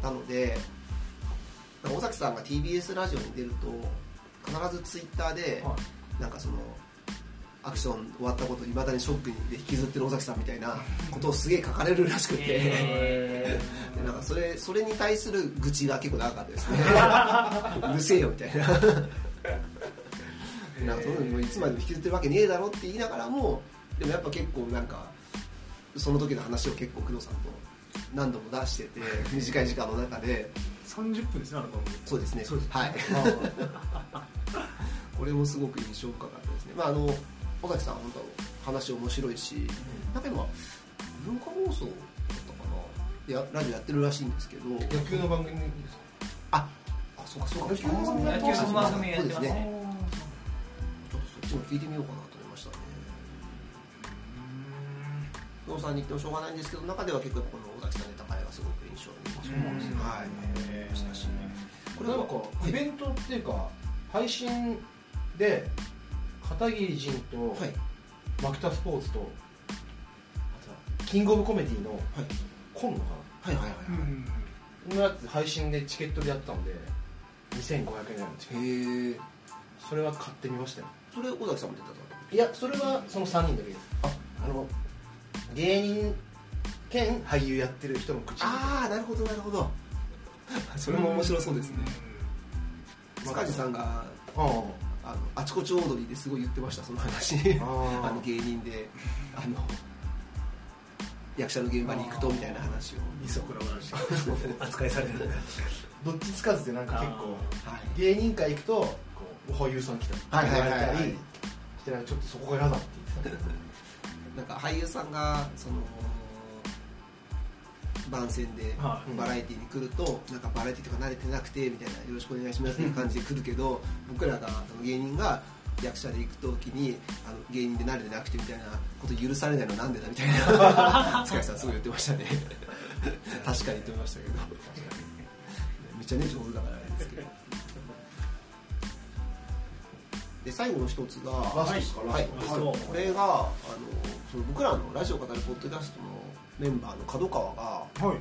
B: なので尾崎さんが TBS ラジオに出ると必ずツイッターで
C: は
B: なんかそのアクション終わったことをいまだにショックで引きずってる尾崎さんみたいなことをすげえ書かれるらしくて、
A: へ
B: でなんかそれそれに対する愚痴が結構長かったですねうるせえよみたいななんかそのいつまでも引きずってるわけねえだろって言いながらもでもやっぱ結構なんかその時の話を結構工藤さんと何度も出してて短い時間の中で
C: 30分ですねあの番組
B: そうですね
C: そうです
B: はいこれもすごく印象深かったですねまああの尾崎さんは本当話面白いし中には文化放送だったかないやラジオやってるらしいんですけど
D: 野球の番組ですか
B: ああそうかそうか
D: 野球の番組
A: 野球の番組や
B: そ
A: って
B: うで
A: ます
B: すね
A: ね
B: ちょっとそっちも聞いてみようかなと思いましたね野さんに言ってもしょうがないんですけど中では結構やっぱこの尾崎さんの高いがすごく印象に残りましたはい
C: 確かに
B: これ
D: な
B: は
D: んかイベントっていうか配信で片桐仁と
B: はい
D: マクタスポーツとあとキングオブコメディの
B: はい
D: 今野か
B: は
D: な
B: いはいはい
C: うん
B: は
D: このやつ配信でチケットでやったんで2500円ぐらいのチケッ
B: いへえ
D: トそれは買ってみましたよ
B: それ尾崎さんも出てたの
D: いやそれはその3人だけですああの芸人兼俳優やってる人の口
B: ああなるほどなるほどそれも面白そうですね
D: うん
B: 塚地さんが
D: うん
B: あのあちこちオードリーですごい言ってましたその話
D: あー
B: あの芸人であの役者の現場に行くとみたいな話を
C: 二足のわらじ扱いされるんだ
D: どっちつかずでなんか結構
B: はい
D: 芸人界行くとこう俳優さん来た
B: はいはいはいはい
D: 言われたりしてなんかちょっとそこが嫌だって言ってた
B: なんか俳優さんがその番宣で
C: は
B: バラエティーに来ると、なんかバラエティーとか慣れてなくてみたいなよろしくお願いしますみたいな感じで来るけど僕らがその芸人が役者で行く時にあの芸人で慣れてなくてみたいなこと許されないのなんでだみたい な塚地さんすごい言ってましたね確かに言ってましたけどめっちゃね上手だからあれですけどで最後の一つが
D: ラストですか
B: はい、
C: ラスト
B: はいこれがあのその僕らのラジオを語るポッドキャストのメンバーの角川が
C: はい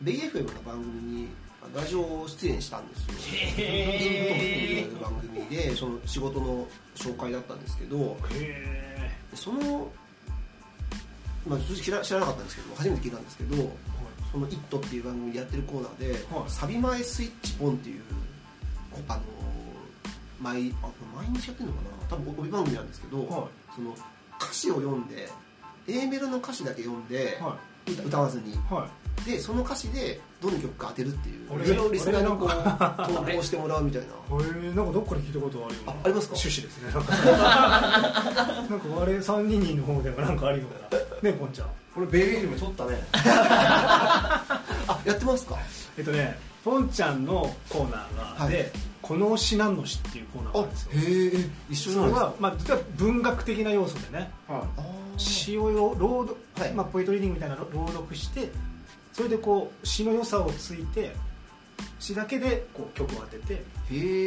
B: ベイ FM の番組にラジオ出演したんですよ。リン
A: へ
B: グトークという番組でその仕事の紹介だったんですけど
C: へ
B: その、まあ、正直知ら知らなかったんですけど初めて聞いたんですけどその「イット!」っていう番組でやってるコーナーで、
C: はい
B: サビ前スイッチポンっていうこあの毎あこれ毎日やってるのかな多分帯番組なんですけど、
C: えは
B: その歌詞を読んで A メロの歌詞だけ読んで
C: い、は
B: 歌歌わずに
C: いは
B: でその歌詞でどの曲か当てるってい
C: あ
B: う
C: れ
B: それをリスナーにこう
A: れ
B: 投稿してもらうみたいない
C: へえなんかどっかで聞いたことあるような
B: あありますか
C: 趣旨ですねなんか なんか我々三人の方でもなんかあるようなねえポンちゃん
D: これベイビーフィルム撮ったね
B: あやってますか
C: えっとねポンちゃんのコーナーが、
B: はい
C: で「この推しなんのし」っていうコーナー
B: あへ
C: があるんですよ
B: え一緒じ
C: そ
B: ゃな
C: れ
B: いですか
C: は、まあ、実は文学的な要素でね
D: はい
B: あー
C: 詩をよ朗読、
B: はい
C: まあ、ポエトリーディングみたいなの朗読してそれでこう詩の良さをついて詩だけでこう曲を当てて
B: へ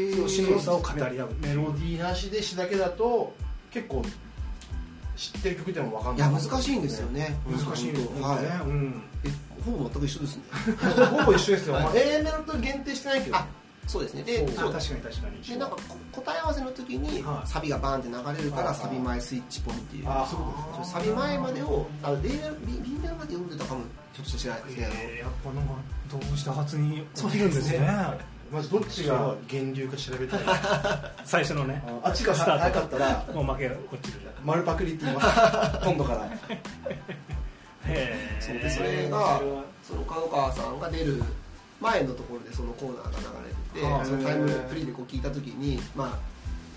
B: え
C: その詩の良さを語り合う
D: メロディーなしで詩だけだと結構知ってる曲でもわかん
B: い
D: な
B: や
D: い
B: 難しいんですよね
C: 難しいよ、
B: は
C: ね
B: い
C: うん、
B: えほぼ全く一緒 ですね
D: ほぼ一緒ですよ、
B: はい
D: まあ、A メロと限定してないけど
B: あそうですねで
C: あ
B: そう
C: 確かに確かに
B: でなんかこ答え合わせの時に
C: はい
B: サビがバーンって流れるから
D: はい
B: サビ前スイッチポンっていう
D: あそういうこ
B: そうサビ前までをあの B メロ B- B メロまで読んでたかもちょっと知らないですけど、
C: えーやっぱなんかどうして初に起きるんです
B: そうです
C: ね
B: ね
D: とまずどっちが源流か調べたいあ
C: 最初のね
D: あっちが
C: スタート
D: 早かったら
C: もう負けが落ちる
D: 丸パクリって 言います今度から
C: へえ
B: そうでそれがその角川さんが出る前のところでそのコーナーが流れてて、
C: はい
B: そのタイムフリーでこう聞いた時に、まあ、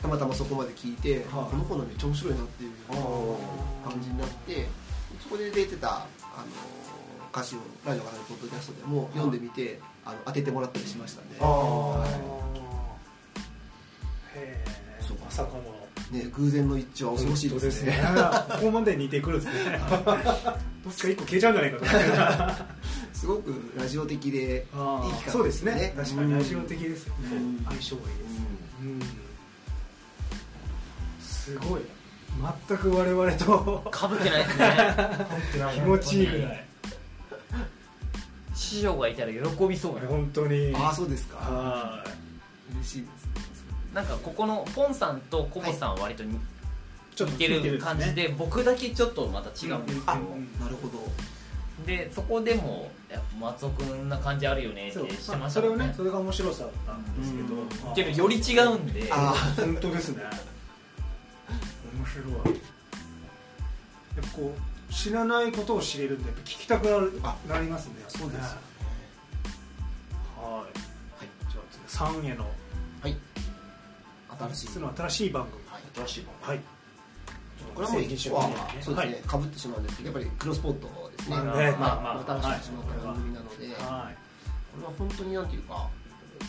B: たまたまそこまで聞いて、
C: はい
B: このコーナーめっちゃ面白いなっていう
D: あ
B: 感じになってそこで出てた、あの歌詞をラジオからのポッドキャストでも読んでみて、あの当ててもらったりしましたね。
D: あ
B: は
C: へえ
B: そう
C: まさかの
B: いね偶然の一致は恐ろしいですね。
C: ここまで似てくるんですねどっちか一個消えちゃうんじゃないかと思って
B: すごくラジオ的でいい企画
C: そうですね確かに
B: うん
C: ラジオ的ですよね
B: うん
C: 相性がいいですうんすごい全く我々と
A: かぶってないですね
C: 気持ちいいぐらい
A: 師匠がいたら喜びそうな
C: 本当に
B: ああそうですか。
C: は
B: 嬉しいです。
A: なんかここのポンさんとコモさんは割と似
C: いちょっと
A: てる感じで僕だけちょっとまた違うんですよ
C: あ
B: なるほど。
A: でそこでもやっぱ松尾君な感じあるよねって
C: そう
A: してました
C: ま
A: もん
C: あそれをねそれが面白さだったんですけ
B: うん
C: ど
A: けどより違うんで
B: ああ。
C: 本当ですね面白いやっぱこう知らないことを知れるんでやっぱ聞きたくなる
B: あ
C: なりますね
B: そうですよね
C: ね
B: はい
C: はいじゃあ次三への
B: はい新しい
C: 実の新しい番組
B: はい
D: 新しい番
C: はい
B: これはもう一個はそうです
C: はい
B: ねかぶってしまうんですけどやっぱりクロスポットですね
C: まあねまあまあ
B: また新しくしまった番組なのでこ
C: はい
B: れは本当になんていうか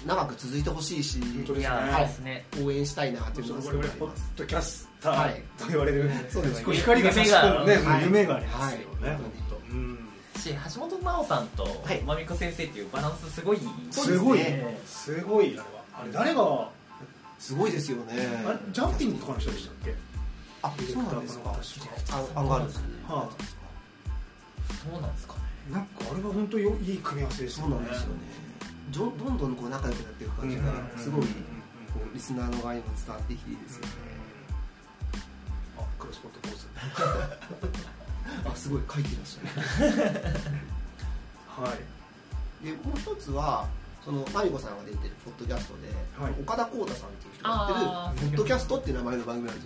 B: 長く続いてほしいし
C: 本当
A: い
C: ですね
A: や
C: は
A: ー
C: い
A: ですね
B: 応援したいなって
C: 我
B: いうのがすご
C: 々
B: くあり
C: ポッ
B: ます
C: ドキャスタ
B: は
C: ー
B: い
C: と言われる
B: そうですね
C: こう光が差し込むね
A: 夢が
B: はい
C: 夢がありますよね
B: はい
C: 本当うん
A: し橋本真央さんと
B: い
A: まみこ先生っていうバランスすごい
B: そうですすね
C: ごいねすごいあれはあれ誰が
B: すごいですよね
C: あれジャンピンとかの人でしたっけ
B: あ
C: ディレ
B: そう
C: ク
B: な
C: タ
B: ん
C: ー
B: です
C: かな
B: かあ
C: 確
B: アンガールズ
C: は
A: そうなんですかね
C: かなんかあれは本当よいい組み合わせです
B: そうなんですよねどどんどんこう仲良くなっていく感じがすごい
C: うん
B: こうリスナーの側にも伝わってきていいですよね
C: あクロスポットポーズ
B: あすごい書いてらっしゃる
C: はい
B: でもう一つはそのマリコさんが出てるポッドキャストで、
C: はい
B: 岡田浩太さんっていう人がやってるポッドキャストっていう名前の番組なんです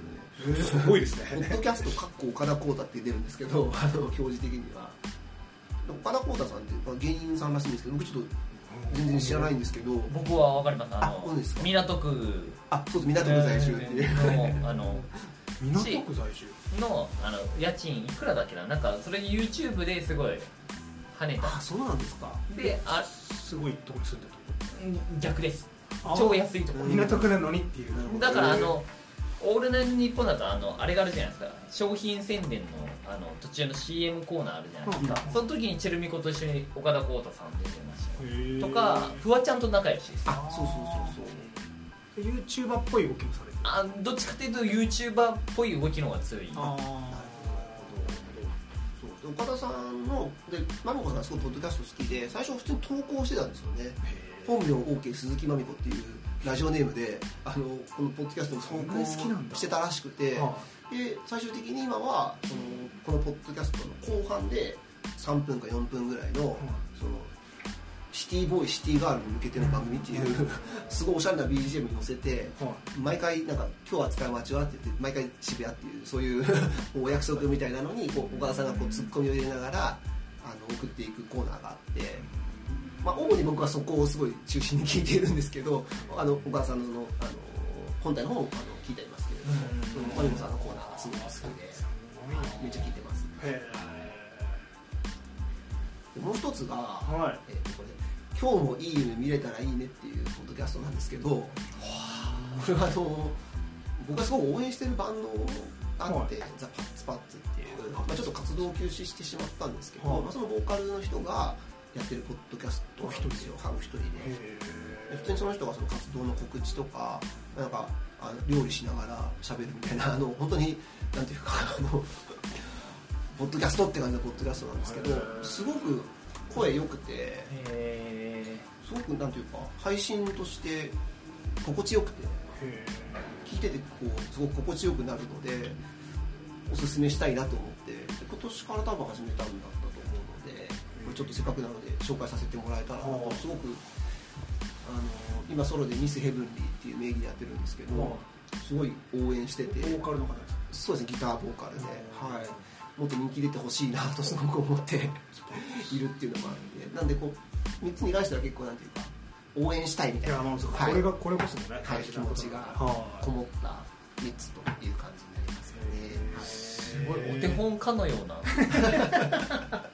B: よね
C: すごいです
B: ポッ
C: ね
B: ドキャストかっこ岡田浩太って出るんですけ どあの表示的には岡田浩太さんってまあ芸人さんらしいんですけど僕ちょっと全然知らないんですけど
A: 僕は分かりますあ
B: あそう
A: の
B: ですか
A: 港区
B: あそうです港区在住っていう、
A: のあの
C: 港区在住
A: のあの家賃いくらだっけななんかそれ YouTube ですごい跳ね
B: あそうなんですか
A: たであ
C: すごいとこに住んでる
A: 逆です
C: とこ
A: 超安いとこ
B: うん
C: 港区なのにっていう
A: だからあの「オールナイトニッポン」だとあのあれがあるじゃないですか商品宣伝のあの途中の CM コーナーあるじゃないですか、
C: うん
A: その時にチェルミコと一緒に岡田浩太さん出てましたよ
C: へえ
A: とかフワちゃんと仲良しです
B: あそうそうそうそう
C: で YouTuber っぽい動きもされてる
A: あどっちかというと YouTuber っぽい動きの方が強い
C: あ
B: そうで岡田さんのでまみこさんがすごいポッドキャスト好きで最初普通に投稿してたんですよね本名 OK 鈴木まみこっていうラジオネームであのこのポッドキャストの投
C: そんなに好きなん
B: 稿
C: だ
B: してたらしくてで最終的に今はそのこのポッドキャストの後半で3分か4分ぐらいのそのシティボーイシティガールに向けての番組っていうすごいおしゃれな BGM に乗せて毎回なんか今日扱う街はって言って毎回渋谷っていうそういう お約束みたいなのにこう小川さんがこうツッコミを入れながらあの送っていくコーナーがあって、まあ、主に僕はそこをすごい中心に聞いているんですけどあの小川さんのそのあの本体の方もあの聞いてありますけれどもそのマリモさんのコーナーがすごい好きでめっちゃ聞いてますでもう一つが、
C: はい
B: えーとこれ「今日もいい夢見れたらいいね」っていうポッドキャストなんですけどこれはあの僕がすごく応援してるバンドがあって、ザ・パッツ・パッツっていう、まあ、ちょっと活動を休止してしまったんですけど、
C: はい
B: まあ、そのボーカルの人がやってるポッドキャストなんですよはいお一人でで普通にその人がその活動の告知とかなんかあの料理しながら喋るみたいなあの本当になんていうかあのポッドキャストって感じのポッドキャストなんですけど
C: へー
B: すごく声良くて
A: へ
B: すごくなんていうか配信として心地よくて聞いててこうすごく心地よくなるのでおすすめしたいなと思ってで今年から多分始めたんだったと思うのでこれちょっとせっかくなので紹介させてもらえたらなとすごくあの今ソロで「ミスヘブンリー」っていう名義でやってるんですけどすごい応援してて
C: ボーカルの方です
B: そうですねギターボーカルで、はい、もっと人気出てほしいなとすごく思っているっていうのもあるんでなんでこう3つに関しては結構なんていうか応援したいみた
C: い
B: い
C: や
B: な
C: まあそう
B: はい
C: これがこれこそね
B: はい気持ちが
C: はい
B: こもった3つという感じになりますよね、はい
A: えすごいお手本かのような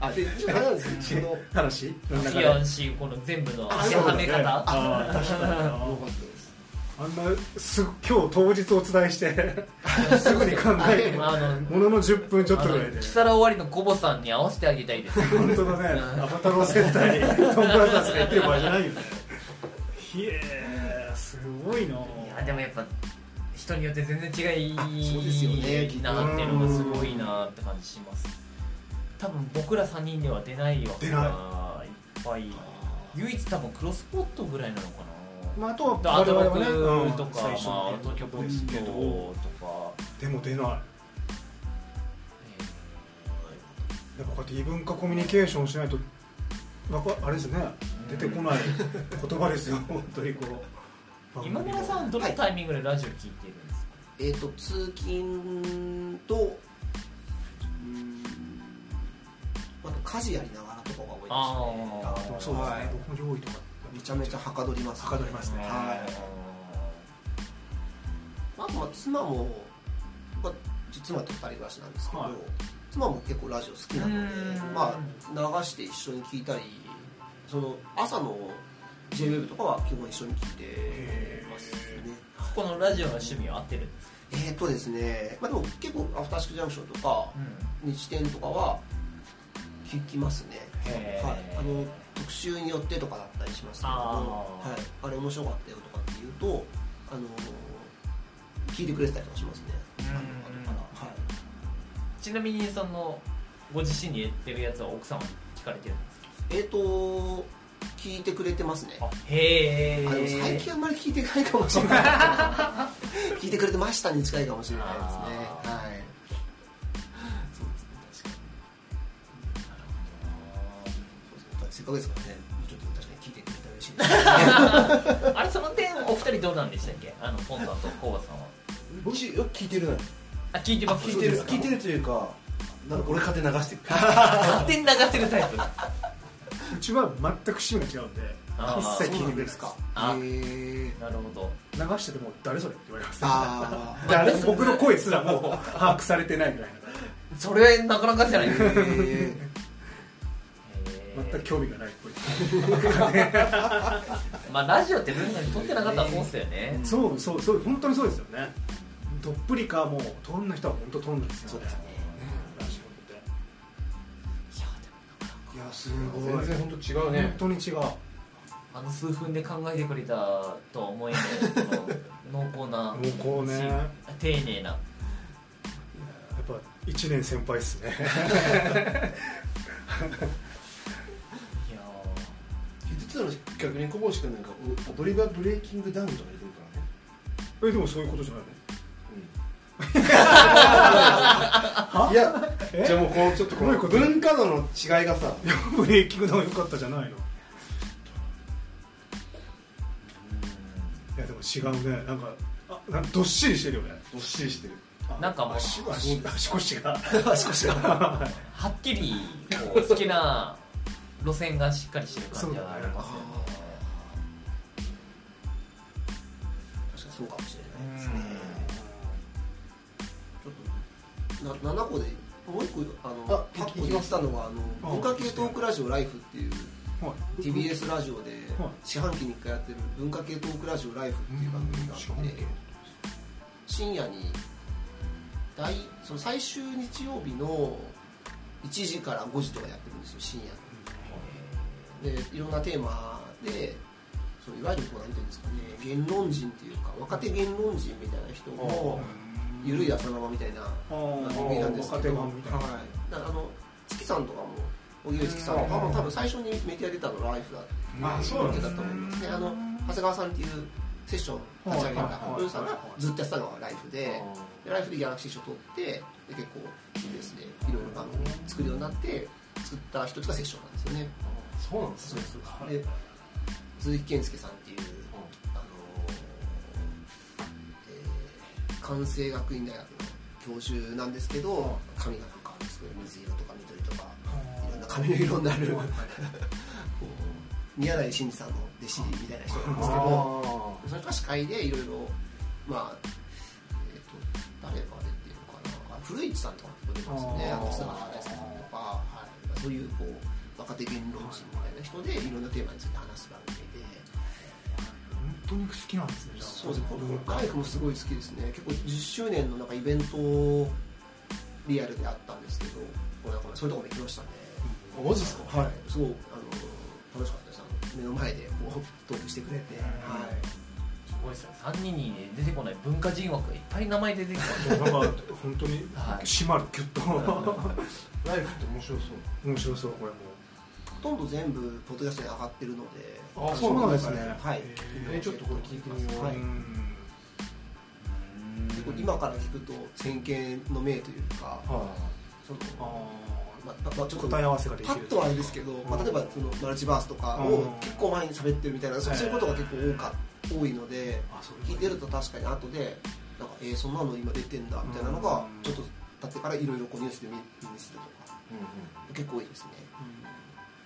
B: あでちょっとあれなんですけ ど
C: 話の中
A: い
C: で
A: やしこの全部の当
B: あ
A: て
B: そう
A: は
B: だ
A: め
B: ね
A: 方
C: あー確かに
B: その
C: な
B: よかったです
C: あんなす今日当日お伝えして すぐに考えて
A: まああの
C: ものの10分ちょっとぐらい
A: あ
C: で
A: のキサラ終わりのコボさんに合わせてあげたいです
C: 本当だねアバタロー戦隊トンブラザーズが言ってる場合じゃないよねひえーすごいない
A: やでもやっぱ人によって全然違い
B: あそうですよね
A: なっていうのがすごいなって感じします多分僕ら3人では出ないわけ
C: 出
A: がいっぱい唯一多分クロスポットぐらいなのかな
C: まあ、あとは
A: ア
C: 我
A: ト
C: 々
A: ロ
C: はね、
A: クとか、
C: うん最初
A: まあ、
C: の
A: アトロ
C: 曲
A: ポ
C: で
A: ッ
C: す
A: ト
C: け
A: と
C: ど
A: か、
C: でも出ないやっぱこうやって異文化コミュニケーションしないとなんかあれですね出てこない言葉ですよ本当にこ
A: え
C: う
A: ー今村さんどのタイミングでラジオ聞いてるんですか、
B: えっ、と通勤とうーんあと家事やりながらとかが多いですね
A: あー
C: あそうですね、
B: はい
C: 僕も料理とか
B: めちゃめちゃはかどります、
C: はかどりますね
B: はいまあ、まあ妻も、まあ、妻と二人暮らしなんですけど、
C: はい
B: 妻も結構ラジオ好きなので
A: う、ん
B: まあ、流して一緒に聞いたりその朝の JWEB とかは基本一緒に聞いてますね
A: このラジオの趣味は合ってるんですか、
B: えーっ、とですね、まあ、でも結構「アフターシックスジャンクション」とか「日天」とかは聞きますね
A: へー
B: はい、あの特集によってとかだったりしますけども
A: あー
B: はい、あれ面白かったよとかっていうと、あのー聞いてくれてたりとかしますね、
A: うん
B: あの後から、はい、
A: ちなみにそのご自身に言ってるやつは奥様に聞かれてるんですか
B: えー、と聞いてくれてますねあ
A: へえ
B: でも最近あんまり聞いてないかもしれない ですけど聞いてくれてましたに近いかもしれないですね
A: あー
B: はいそうですね確かにそうですねせっかくですからねちょっと確かに
A: しいです あれその点お二人どうなんでしたっけあのポンさんとコウさんは
D: うちよく聞いてるね
A: あ聞いてます
D: 聞いてる
A: そうですか
D: 聞いてるというかなんか俺勝手に流して くる
A: 勝手に流せるタイプ
C: うちは全く趣味が違うんで
A: あー
C: 一切聞いてくれないですか
A: あ
B: へえ
A: なるほど
C: 流してても誰それって言われます
B: あー
C: 誰僕の声すらもう 把握されてないぐらいな
A: それなかなかじゃないですか
B: へ
C: 全く興味がないっぽい
A: まあラジオって文化にとってなかったらそうっすよね
C: そうそうそう本当にそうですよねどっぷりかもうとんな人は本当とんなんですよねラジオって
B: ーいやすご
D: 全
B: い
D: 然本当違う
C: 本
D: ね
C: 当に違う
A: あの数分で考えてくれたとは思えないこの濃厚な
C: 濃厚ね
A: し丁寧な
C: やっぱ1年先輩っ すね
A: いや
D: 言ってたら逆に小星君なんかお踊りがブレイキングダウンとか入れてるからね
C: えでもそういうことじゃないの
D: いや
C: え
D: じゃあもうこうちょっとこ
C: どういう
D: の
C: こと
D: 文化度の違いがさ
C: いやブレーキングダウン良かったじゃないのいやでも違うねなんかあなんかどっしりしてるよね
D: どっしりしてる
C: あ
A: なんかもう
C: 足足足腰が足腰 が
A: はっきりこう好きな路線がしっかりしてる感じがありますよね
B: 確かにそうかもしれないですねちょっとな7個でもう一個あの
D: あ
B: パッ
D: い
B: コ
D: い
B: に
D: きま
B: 言
D: す
B: たのはあの
C: あ
B: 文化系トークラジオライフっていう
C: はい
B: TBS ラジオで
C: はい
B: 四半期に1回やってる文化系トークラジオライフっていう番組があ
C: うん
B: って深夜に第その最終日曜日の1時から5時とかやってるんですよ深夜でいろんなテーマでそういわゆるこうなんていうんですかね言論人っていうか若手言論人みたいな人の緩い朝生みたいな
C: あ
B: 番組なんですけ
C: 若手
B: ど、
C: 版みたいな、
B: はい、だからあの月さんとかも荻上月さんとかも多分最初にメディア出たのライフだって
D: あそうなん
B: だ
D: だ
B: ったと思いますねあの長谷川さんっていうセッションを立ち上げた
C: はいはいはい
B: 豊さんがずっとやってたのがライフででライフでギャラクシー賞取ってで結構 TBS でいろいろ番組を作るようになって作った一つがセッションなんですよね
D: そうなんです
B: そう
D: ね
B: ですで鈴木健介さんっていうあの、えー関西学院大学の教授なんですけど髪がなんかすごい水色とか緑とかいろんな髪の色になるこう宮台真司さんの弟子みたいな人なんですけど
D: あ
B: それが司会でいろいろまあえっ、と誰が出てるかなあ古市さんとかも出てますよね
C: あ
B: あ
C: ー
B: と津川大輔さんとか、はい、そういうこう若手言論人みたいな人でいろんなテーマについて話す番組で
C: 本当に好きなんですねじゃあ
B: そうですね僕ライフもすごい好きですね結構10周年のなんかイベントをリアルであったんですけどこうなんかそういうとこも行きましたね
D: マジっすか
B: はいすごいあの楽しかったですあの目の前でこうトークしてくれて、はい
A: すごいですよ3人に出てこない文化人枠がいっぱい名前出てきた
C: なんか本当に
A: はい
C: 締まるギュッと
D: ライフって面白そう
C: 面白そうこれも
B: ほとんど全部ポッドキャストに上がってるので
D: あそうなんですね
B: はい
D: えちょっとこれ聞いてみよう
B: はい
C: うん
B: 結構今から聞くと先見の明というか
D: は
B: その
C: あ
B: まあまあちょっと
C: 答え合わせができ
B: パ
C: る
B: ッとはあれですけど、まあ、例えばそのマルチバースとか
C: う
B: を
C: ん
B: 結構前に喋ってるみたいな、そう
C: はい
B: そういうことが結構多か多いので
C: あそう
B: 聞いてると確かに後でなんか、えーそんなの今出てんだみたいなのが
C: うん
B: ちょっと経ってからいろいろこうニュースで見見にするとか
D: うんうん
B: 結構多いですね、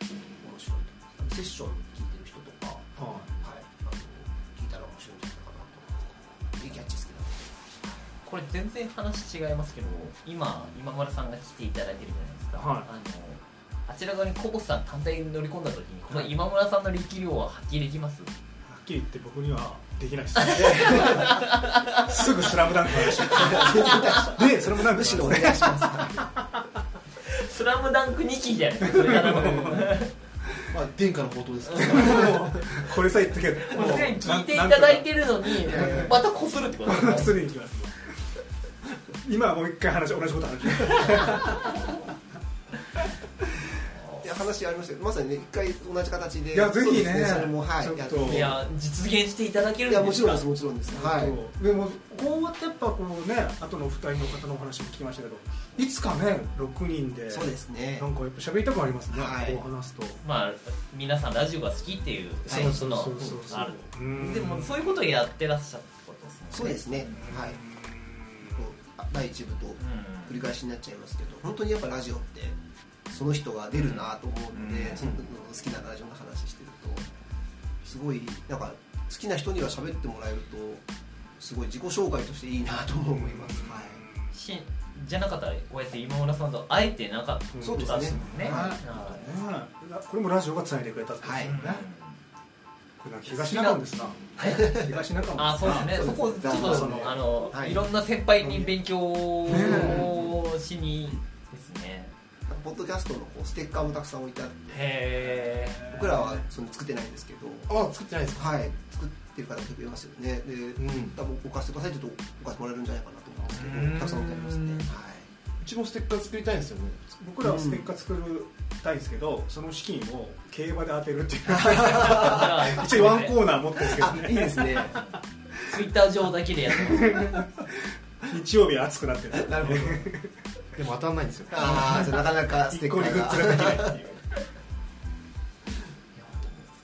B: 面白いと思いますセッション聞いてる人とか、はい
C: は
B: あの聞いたら面白いんじゃないかなと思いますいいキャッチですけど
A: これ全然話違いますけど今今村さんが来ていただいてるじゃないですか、
C: はい
A: あのあちら側にコボさん単体に乗り込んだ時にこの今村さんの力量は発揮できます
C: っきり言って僕にはできないです すぐスラムダンクの話でスラムダンク
B: むしろお
C: の
B: 願い
C: 話
B: し ま
A: 「
B: す
A: スラムダンク2期じゃないですかそれからの
D: まあ殿下の宝刀ですから
C: これさえ言っとけば
A: もう
C: もう
A: すでに聞いてい
C: な
A: た
C: んとか
A: だいてるのにまたこするってことですか
C: すでに行きます今はもう一回話同じこと話して
B: いや話ありましたけどまさにね一回同じ形で
C: いやぜひね
B: そうですそれもはい
C: ちょっと
B: やって
A: いや実現していただける
B: い
A: んです
B: や
A: か
B: もちろんですもちろんですはい
C: い、でもこうやってやっぱこうねあとのお二人の方のお話も聞きましたけどいつかね6人で
B: そうですね
C: なんかやっぱ喋りたくなりますね、
B: はい
C: こう話すと
A: まあ皆さんラジオが好きっていう
B: はい
A: 共通の
C: そうそうそう
A: ある
C: うん
A: でもそういうことをやってらっしゃるってことですね
B: そうですねはいこうあ第一部と繰り返しになっちゃいますけど本当にやっぱラジオってその人が出るなと思うので、
A: うん
B: その好きなラジオの話してるとすごいなんか好きな人には喋ってもらえるとすごい自己紹介としていいなとも思います、はい
A: しじゃなかったらこうやって今村さんと会えてなかっ
C: うん
B: そうです
A: た
B: ね
A: ですもんね
C: はい
A: は
C: ねラこれもラジオがつないでくれたってことですよね、
A: い
C: これなんか東中野ですな東中野
A: あそうですね
B: そう
A: そ
B: です
A: こちょっ
B: そ
A: と
B: うですね
A: あの
B: はい
A: いろんな先輩に勉強をしにですね
B: なんかポッドキャストのこうステッカーもたくさん置いてあって
A: へえ
B: 僕らはその作ってないんですけど
D: あ作ってないですか
B: はい作ってる方結構いますよねで、
D: ん
B: 多分お貸してくださいって言うとお貸してもらえるんじゃないかなと思うんですけ
A: うん
B: どたくさん置いてありますねは
D: うちもステッカー作りたいんですよね
C: 僕らはステッカー作りたいんですけど、その資金を競馬で当て るっていう一応ワンコーナー持ってるんですけど
B: いいいですね
A: ツイッター上だけでやってます
C: 日曜日は暑くなってる
B: なるほど
D: でも当たんないんですよ
B: ああじゃあなかなかステッ
C: 一
B: カ
C: 向に
B: ー
C: グ
B: が
C: ッズができないっていう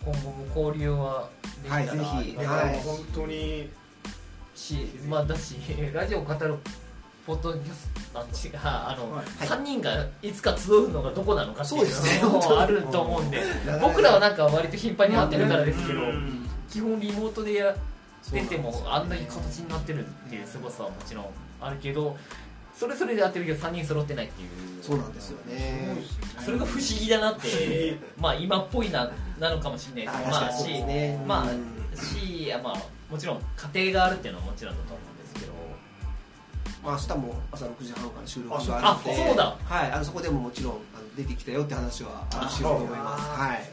A: 今後も交流はできたら
B: はいぜひ
C: いや、
B: はい
C: 本当に
A: し、まあ、だし、ラジオを語るポッドキャスト、あ違うあの、
C: はい
A: 3人がいつか集うのがどこなのかってい
B: そうですね
A: うのもあると思 うんで、僕らはなんか割と頻繁に会ってるからですけど、
C: うん
A: 基本リモートでやってても、
B: そう
A: あ
B: なん
A: ん
B: で
A: な
B: すよね
A: 形になってるっていう凄さはもちろんあるけど、それぞれで会ってるけど、3人揃ってないっていう。
B: そうなんですよね
A: それが不思議だなっ
C: 不思
A: て
C: 議、
A: まあ今っぽいななのかもしれないですけど
B: あ
A: ま
B: 確か
A: あ
B: にそうで
A: し
B: すね
A: ま
B: うん
A: あしまあもちろん家庭があるっていうのはもちろんだと思うんですけど、
B: まあ、明日も朝6時半から収録
C: あそう
B: があるので
A: あそうだ
B: はい、あのそこでももちろんあの出てきたよって話はあのしようと思います
C: あ
B: はい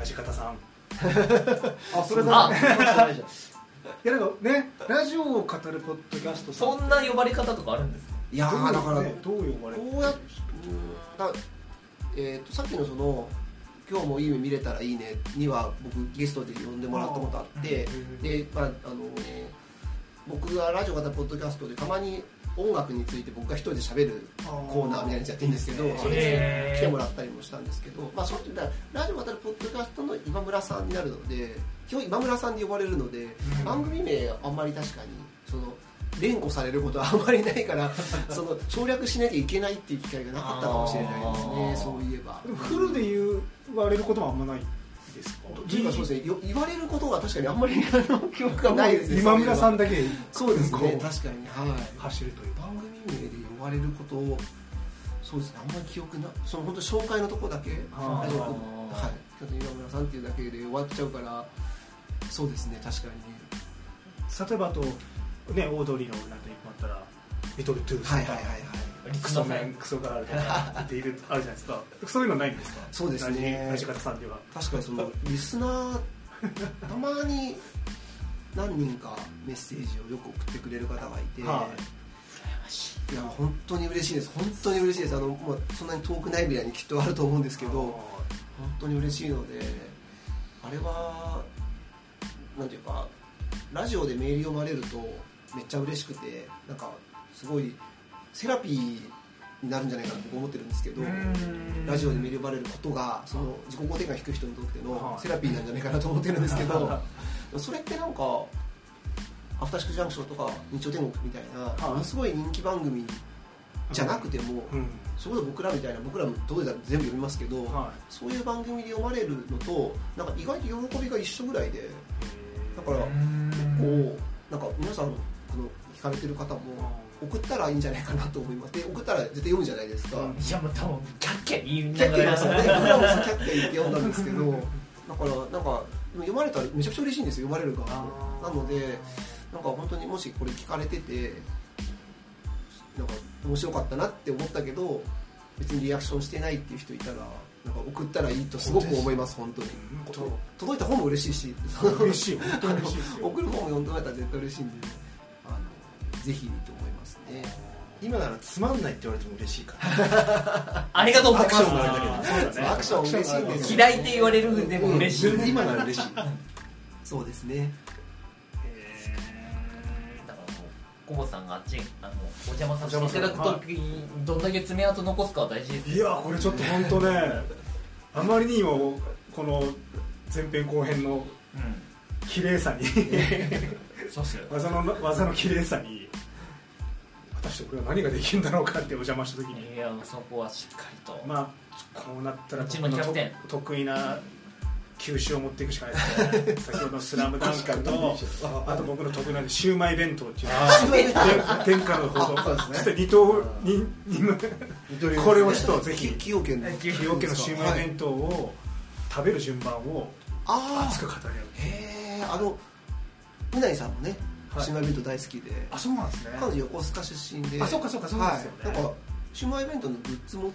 C: ラジカタさん
D: あそれ
A: あ
D: だねないじゃ
C: い
D: ん
C: やでもねラジオを語るポッドキャストさ
A: そんな呼ばれ方とかあるんですか
B: いやーだから、
C: ねどう呼ばれる
B: こうやっだえー、とさっきのその「今日もいい夢見れたらいいね」には僕ゲストで呼んでもらったことあってで、まああの僕がラジオ型ポッドキャストでたまに音楽について僕が一人で喋るコーナーみたいなやつやってるんですけどそれ
A: へ
B: で
A: ー
B: 来てもらったりもしたんですけど、まあ、そういう時はラジオ型ポッドキャストの今村さんになるので基本今村さんで呼ばれるので、
C: うん
B: 番組名あんまり確かにその連呼されることはあんまりないから その省略しなきゃいけないっていう機会がなかったかもしれないですね
A: あー
B: そういえば。
C: でもフルで言われることはあんまないですか
B: というかそうですねよ言われることが確かにあんまりあの記憶がないですね
C: 今村さ
B: ん
C: んだけ
B: そうです
C: こ
B: ね
C: う
B: 確かにはい
C: 走るというか
B: 番組名で呼ばれることをそうですねあんまり記憶なその本当紹介のとこだけ
C: あー
B: ラジオのはい今日の今村さんっていうだけで終わっちゃうからそうですね確かに
C: 例えばあとねオードリーの「オールナイトニッポン」あったら「リトルトゥース」とか、
B: はいはいはいはい
C: クソメンクソガールとかっているあるじ ゃないですかそういうのないんですか
B: そうですね
C: ラジラジカタさんでは
B: 確かにそのリスナーたまに何人かメッセージをよく送ってくれる方がいて、、
C: はい
B: や本当に嬉しいです本当に嬉しいですあの、まあ、そんなに遠くない未来にきっとあると思うんですけど本当に嬉しいのであれはなんていうかラジオでメール読まれるとめっちゃ嬉しくてなんかすごいセラピーになるんじゃないかなって僕思ってるんですけどラジオでメール呼ばれることがその自己肯定感低い人にとっての
C: はい
B: セラピーなんじゃないかなと思ってるんです けどそれってなんか「アフターシックスジャンクション」とか「日曜天国」みたいなものすごい人気番組じゃなくても
C: うん
B: それこそ僕らみたいな僕らもどうだって全部読みますけど
C: は
B: そういう番組で読まれるのとなんか意外と喜びが一緒ぐらいで
C: い
B: だから結構なんか皆さんこの聞かれてる方も 送ったらいいんじゃないかなと思いますで送ったら絶対読むじゃないですか。
C: うん
A: いやもう多分キャッキャ言い
B: キャ
A: な
B: ッ
A: が
B: キャ言
A: ら
B: いましたね僕らもさキャッキャ言って読んだんですけどだからなんかでも読まれたらめちゃくちゃ嬉しいんですよ読まれる側も
C: あ
B: な
C: ー
B: のでなんか本当にもしこれ聞かれててなんか面白かったなって思ったけど別にリアクションしてないっていう人いたらなんか送ったらいいとすごく思います本当に
C: 本
B: 届いた方も嬉しいし
C: 当 嬉しい本当に嬉しいですよ
B: 送る方も読んでもらえたら絶対嬉しいんであのぜひと思いますね
D: 今ならつまんないって言われても嬉しいから
A: ありがとうござい
D: アクションがあれ
A: ま
D: だけど
C: そうだね
B: アクション嬉しいんです
A: す
B: よ
A: 嫌いって言われるでも嬉しい、
D: うん全然今なら嬉しい
B: そうですね
A: だからもうコボさんがあっちあのお邪魔させていただくときにどんだけ爪痕残すかは大事です
C: いやこれちょっと本当ねあまりにもこの前編後編の
A: うん
C: 綺麗さに
A: そうっすよ
C: 技の技の綺麗さに果たしてこれは何ができるんだろうかってお邪魔した時に
A: いやそこはしっかりと、
C: まあこうなったら
A: うちのキャプテン
C: 僕のと得意な球種を持っていくしかないです ね先ほどの「スラムダンクとあと僕の得意なのシウマイ弁当っていう天下 の報道
D: あそうですね
C: そして二刀二二これをちょっとぜひ
B: 崎陽軒の
C: 崎陽軒のシウマイ弁当を食べる順番を
B: あ
C: 熱
B: あ
C: く語り合う
B: へえあのうないさんもね
C: はい
B: シウマイ弁当大好きで
C: あそうなんですね
B: 彼女横須賀出身で
C: あそうかそうかそうです
B: は
C: よね
B: いなんかシウマイ弁当のグッズ持っ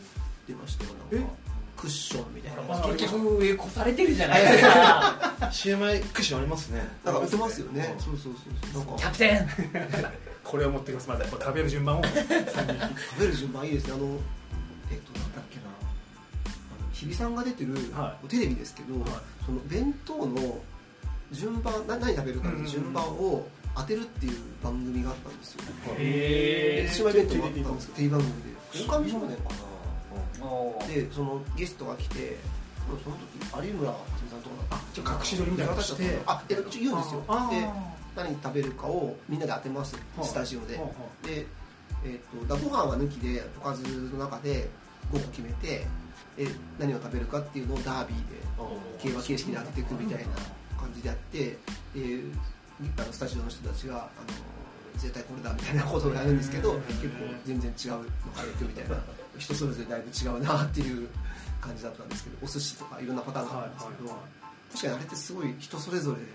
B: てましたよなんかクッションみたいな
A: まあ結局上越されてるじゃないですか
D: シューマイクッションありますね
B: なんか売ってますよね
D: うん
B: そうそうそうそうな ん
A: キ
B: か
A: ャプテン
C: これを持ってきますまずこう食べる順番を3人
B: 食べる順番いいですねあのえっとなんだっけなあの日比さんが出てる
C: は
B: テレビですけど
C: はい
B: その弁当の順番な何食べるかの順番を当てるっていう番組があったんですよ
C: へ
B: で
C: ー
B: 姉妹弁当もあったんですけどテレビ番組でオオカミ少年か
A: お
B: な
A: ー
B: でそのゲストが来てその時有村架純さんとかだ
C: ちょっと隠し撮りみたいなのして
B: あいや一応言うんですよ
C: あ
B: で何食べるかをみんなで当てます
C: はい
B: スタジオで
C: はいは
B: で、えー、とだご飯は抜きでおかずの中で5個決めてえ何を食べるかっていうのをダービーで競馬形式で当てていくみたいな感じでやってであのスタジオの人たちがあの絶対これだみたいなことをやるんですけど
C: うん
B: 結構全然違うのからいくみたいな人それぞれだいぶ違うなっていう感じだったんですけどお寿司とかいろんなパターンがあるんですけど、
C: はいは
B: 確かにあれってすごい人それぞれで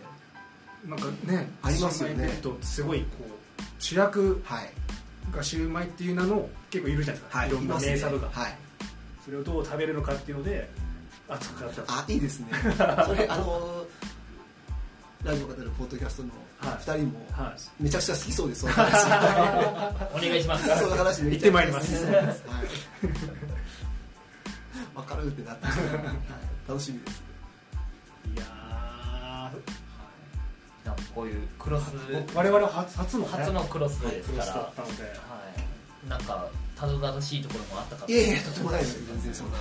C: なんかね
B: ありますよね
C: シウマイ弁当ってすごいこう主役
B: はい
C: がシウマイっていう名の結構いるじゃないですか、
B: はい
C: い、ろんな名
B: い
C: 作
B: ま
C: が、
B: すねはい
C: それをどう食べるのかっていうので熱く語ってます
B: あいい ですねそれあのラジオが出るポッドキャストの
C: はい
B: 2人も
C: は
B: めちゃくちゃ好きそうですその 話
A: お願い します
B: その話め
C: 行っ
B: ちゃくち
C: て
B: ゃ
C: まいります
B: 好きそうですはいわかるってなってきたはい楽しみです
C: いいや
A: なんかこういうクロス
C: ー我々初初のね
A: 初のクロス
C: はい
A: です
C: クロ
A: か
C: ス
A: ら、
C: だ
A: は
C: ったので
A: い、なんかたどたどしいところもあったか
B: い
A: ら
B: やいやとてもないですよ全然そんな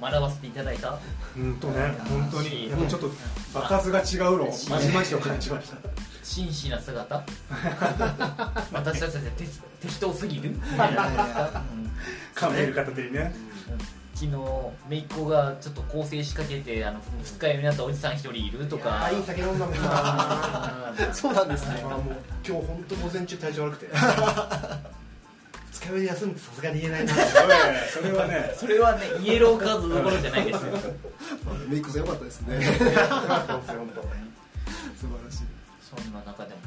A: 学ばせていただいた
C: 本当ね本当に
A: い
C: や
A: や
C: っぱちょっと場数が違うのをまじまじと感じま した
A: 真摯な 姿私たちはて適当すぎる、うん、
C: カメル片手にね
A: 昨日姪っ子がちょっと構成仕掛けてあの二日酔いになったおじさん一人いるとか
D: あいい酒飲んだもんな
B: そうなんですね
D: あもう今日本当午前中体調悪くて二日目で休むってさすがに言えない な
C: それはね
A: それはねイエローカードどころじゃないですよ
B: メイクさんよかったですね
D: 本当
B: 素晴らしい
A: そんな中でも、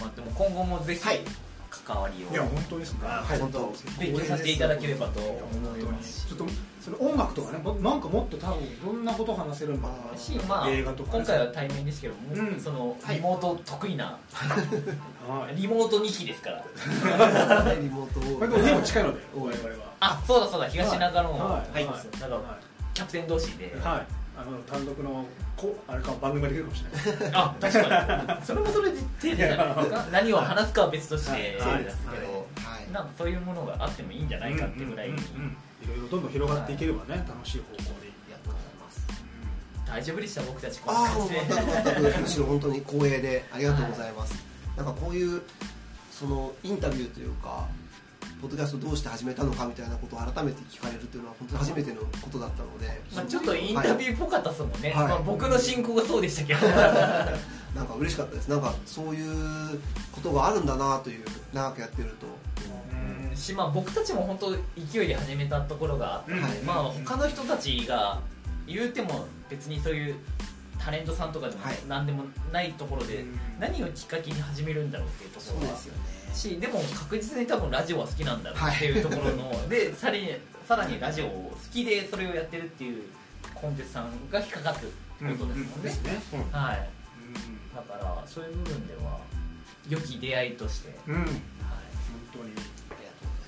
A: まあ、でも今後もぜひ
B: はい
A: 関わりを
C: いや本当ですね
B: はい本当
A: 勉強させていただければと思
C: 本
A: い
C: 当に
A: ますし
C: ちょっとその音楽とかねぼなんかもっと多分どんなこと話せるんだろうな
A: し、まあ、
C: 映画とかね
A: 今回は対面ですけども、
C: うん
A: そのリモート得意な、
C: はい
A: リモート2期ですから
B: リモートを
C: これでも家も近いので我々は
A: あそうだそうだ東中野の、
C: はいはい
A: そうですよだから
C: は
A: キャプテン同士で、
C: いはいあの単独のこあれか番組ができるかもしれない
A: あ確かにそれもそれで手じゃないですか 何を話すかは別として
C: はい
A: そうですけ
B: はい
A: ど、
B: はい
A: なんかそういうものがあってもいいんじゃないかってぐらいに、
C: うんうんうんいろいろどんどん広がっていければね楽しい方向に
B: ありがとうございます
A: 大丈夫でした僕たちこんな
B: ああ、
A: 感
B: も
A: じ
B: う
A: で
B: 全く全く、むしろ本当に光栄で、ありがとうございます。なんかこういう、そのインタビューというか、ポッドキャストどうして始めたのかみたいなことを改めて聞かれるというのは、本当に初めてのことだったので、
A: まあ、ちょっとインタビ
B: ー、
A: ューっぽかったですもんね、
B: はい
A: まあ、僕の進行がそうでしたけど、
B: なんか嬉しかったです、なんかそういうことがあるんだなという、長くやってると、
A: しまあ、僕たちも本当勢いで始めたところがあって、
C: うん
B: はい
A: まあ他の人たちが言うても別にそういうタレントさんとかでも
B: はい
A: 何でもないところで
C: うん
A: 何をきっかけに始めるんだろうっていうところは
B: よね。
A: しでも確実に多分ラジオは好きなんだろうっていうところの、でさらにさらにラジオを好きでそれをやってるっていうコンテンツさんが引っかかってることですもんね、
C: ですね
A: はい
C: うん
A: だからそういう部分では良き出会いとして、
C: うん、本
A: はい
C: 当に
B: ありがと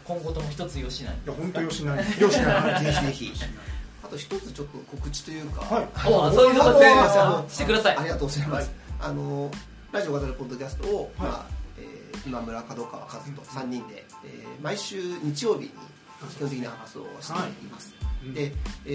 A: 今後とも一つよしない
C: や本当よしないよしない
B: ぜひぜひあと一つちょっと告知というか、
C: はい
B: あの
A: おそういうこ
B: あ
A: と
B: の
A: で
B: あの
A: してください
B: ありがとうございます
C: は。
B: あのラジオ語るポッドキャストを、
C: はい
B: まあえー今村角川和人三人で、えー毎週日曜日に基本的な発送をしています。
C: い
B: で、え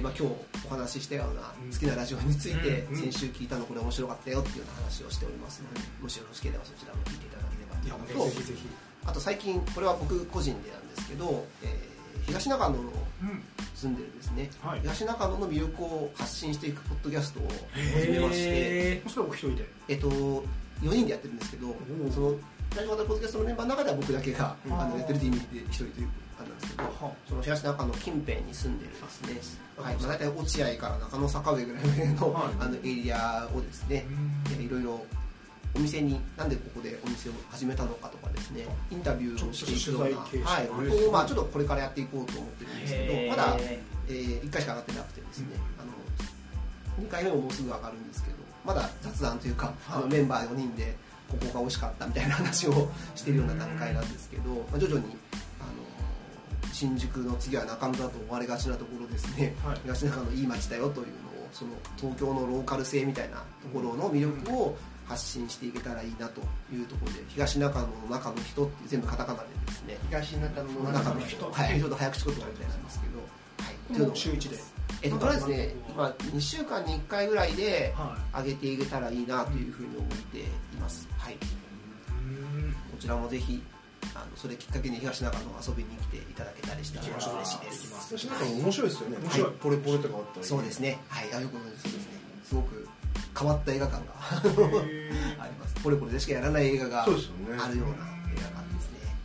B: ーまあ今日お話ししたような
C: うん
B: 好きなラジオについて、
C: うんうん
B: 先週聞いたのこれ面白かったよっていうような話をしておりますので、もしよろしければそちらも聞いていただければと
C: いや本
B: い
C: 当
B: うのと
C: にぜひぜひ
B: あと最近これは僕個人でなんですけど、えー東中野の
C: うん
B: 住んでるですね、
C: はい
B: 東中野の魅力を発信していくポッドキャストを始めまして、
C: もしくはお一人で
B: えっと、4人でやってるんですけど、
C: おう
B: その大型ポッドキャストのメンバーの中では僕だけが、
C: うん
B: あのやってるという意味で1人ということなんですけど、
C: は
B: その東中野近辺に住んでるですね、はいまあ、大体落合から中野坂上ぐらいの,、
C: はい
B: あのエリアをですね、えいろいろお店になんでここでお店を始めたのかとかですねインタビューをしていくような
C: ちょっと取材形式
B: はい、
C: で
B: こ
C: すね
B: とをまあちょっとこれからやっていこうと思ってるんですけ
A: へー
B: どまだ、え1回しか上がってなくてですね、あの2回目ももうすぐ上がるんですけどまだ雑談というかあのメンバー4人でここが美味しかったみたいな話をしてるような段階なんですけど、まあ、徐々にあの新宿の次は中野だと思われがちなところですね、
C: はい
B: 東中野いい街だよというのをその東京のローカル性みたいなところの魅力を発信していけたらいいなというところで東中野の中の人って全部カタカナでですね
D: 東中野の
B: 中
D: 中
B: の
D: の
B: 人
D: 人
B: はいちょっと早口言葉みたいなんですけど、はい、
C: もう週一で
B: えっと、とりあえずね、今、2週間に1回ぐらいで
C: は
B: 上げていけたらいいなというふうに思っています。はい、こ
C: いうん
B: ちらもぜひ、あのそれきっかけに東中野遊びに来ていただけたりしたら
C: 行きましょう
B: 嬉しいです。
C: 行きま
D: 東中野面白いですよね
C: 面白い
D: ポレポレとかあったら
B: そうですね、はい、あよくご存知そうですね、すごく変わった映画館が
C: へ
B: あります。ポレポレでしかやらない映画があ
D: そ
B: る
D: う
B: よ
D: ですよね
B: うな映画館ですね。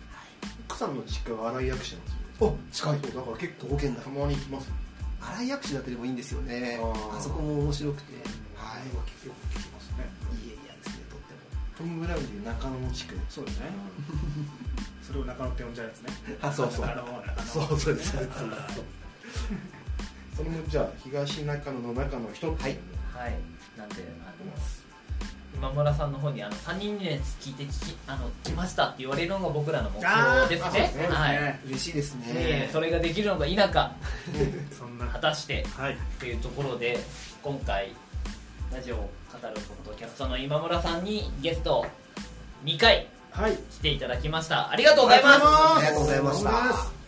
D: 奥さんの実家が新井薬師なんですよ
B: お近い
D: そうだから結構
B: 同県だ
D: たまに行きます
B: 新井薬師だけでもいいんですよね
D: あー
B: あそこも面白くて、は
C: はいい、は聞くよく聞きますね
B: いいエリアですねとっても
D: トム・ブラウンでいう中野の地区
C: そ うだねそれを中野って呼んじゃうやつね
B: あそうそう
C: 中野中野
B: そう そうです
D: そうそうそれもじゃあ東中野の中の人っていうの
A: はいなんであの今村さんの方にあの3人のやつ聞いて聞きあの来ましたって言われるのが僕らの目標です
C: あー
A: ね
C: そうですね
A: はい
C: そうですね
B: 嬉しいですね
A: えーそれができるのか否か
C: そんな
A: 果たして
C: はい
A: というところで今回ラジオを語るポッドキャストの今村さんにゲスト2回
C: はい
A: 来ていただきましたありがとうございます
B: ありがとうございました
D: そうです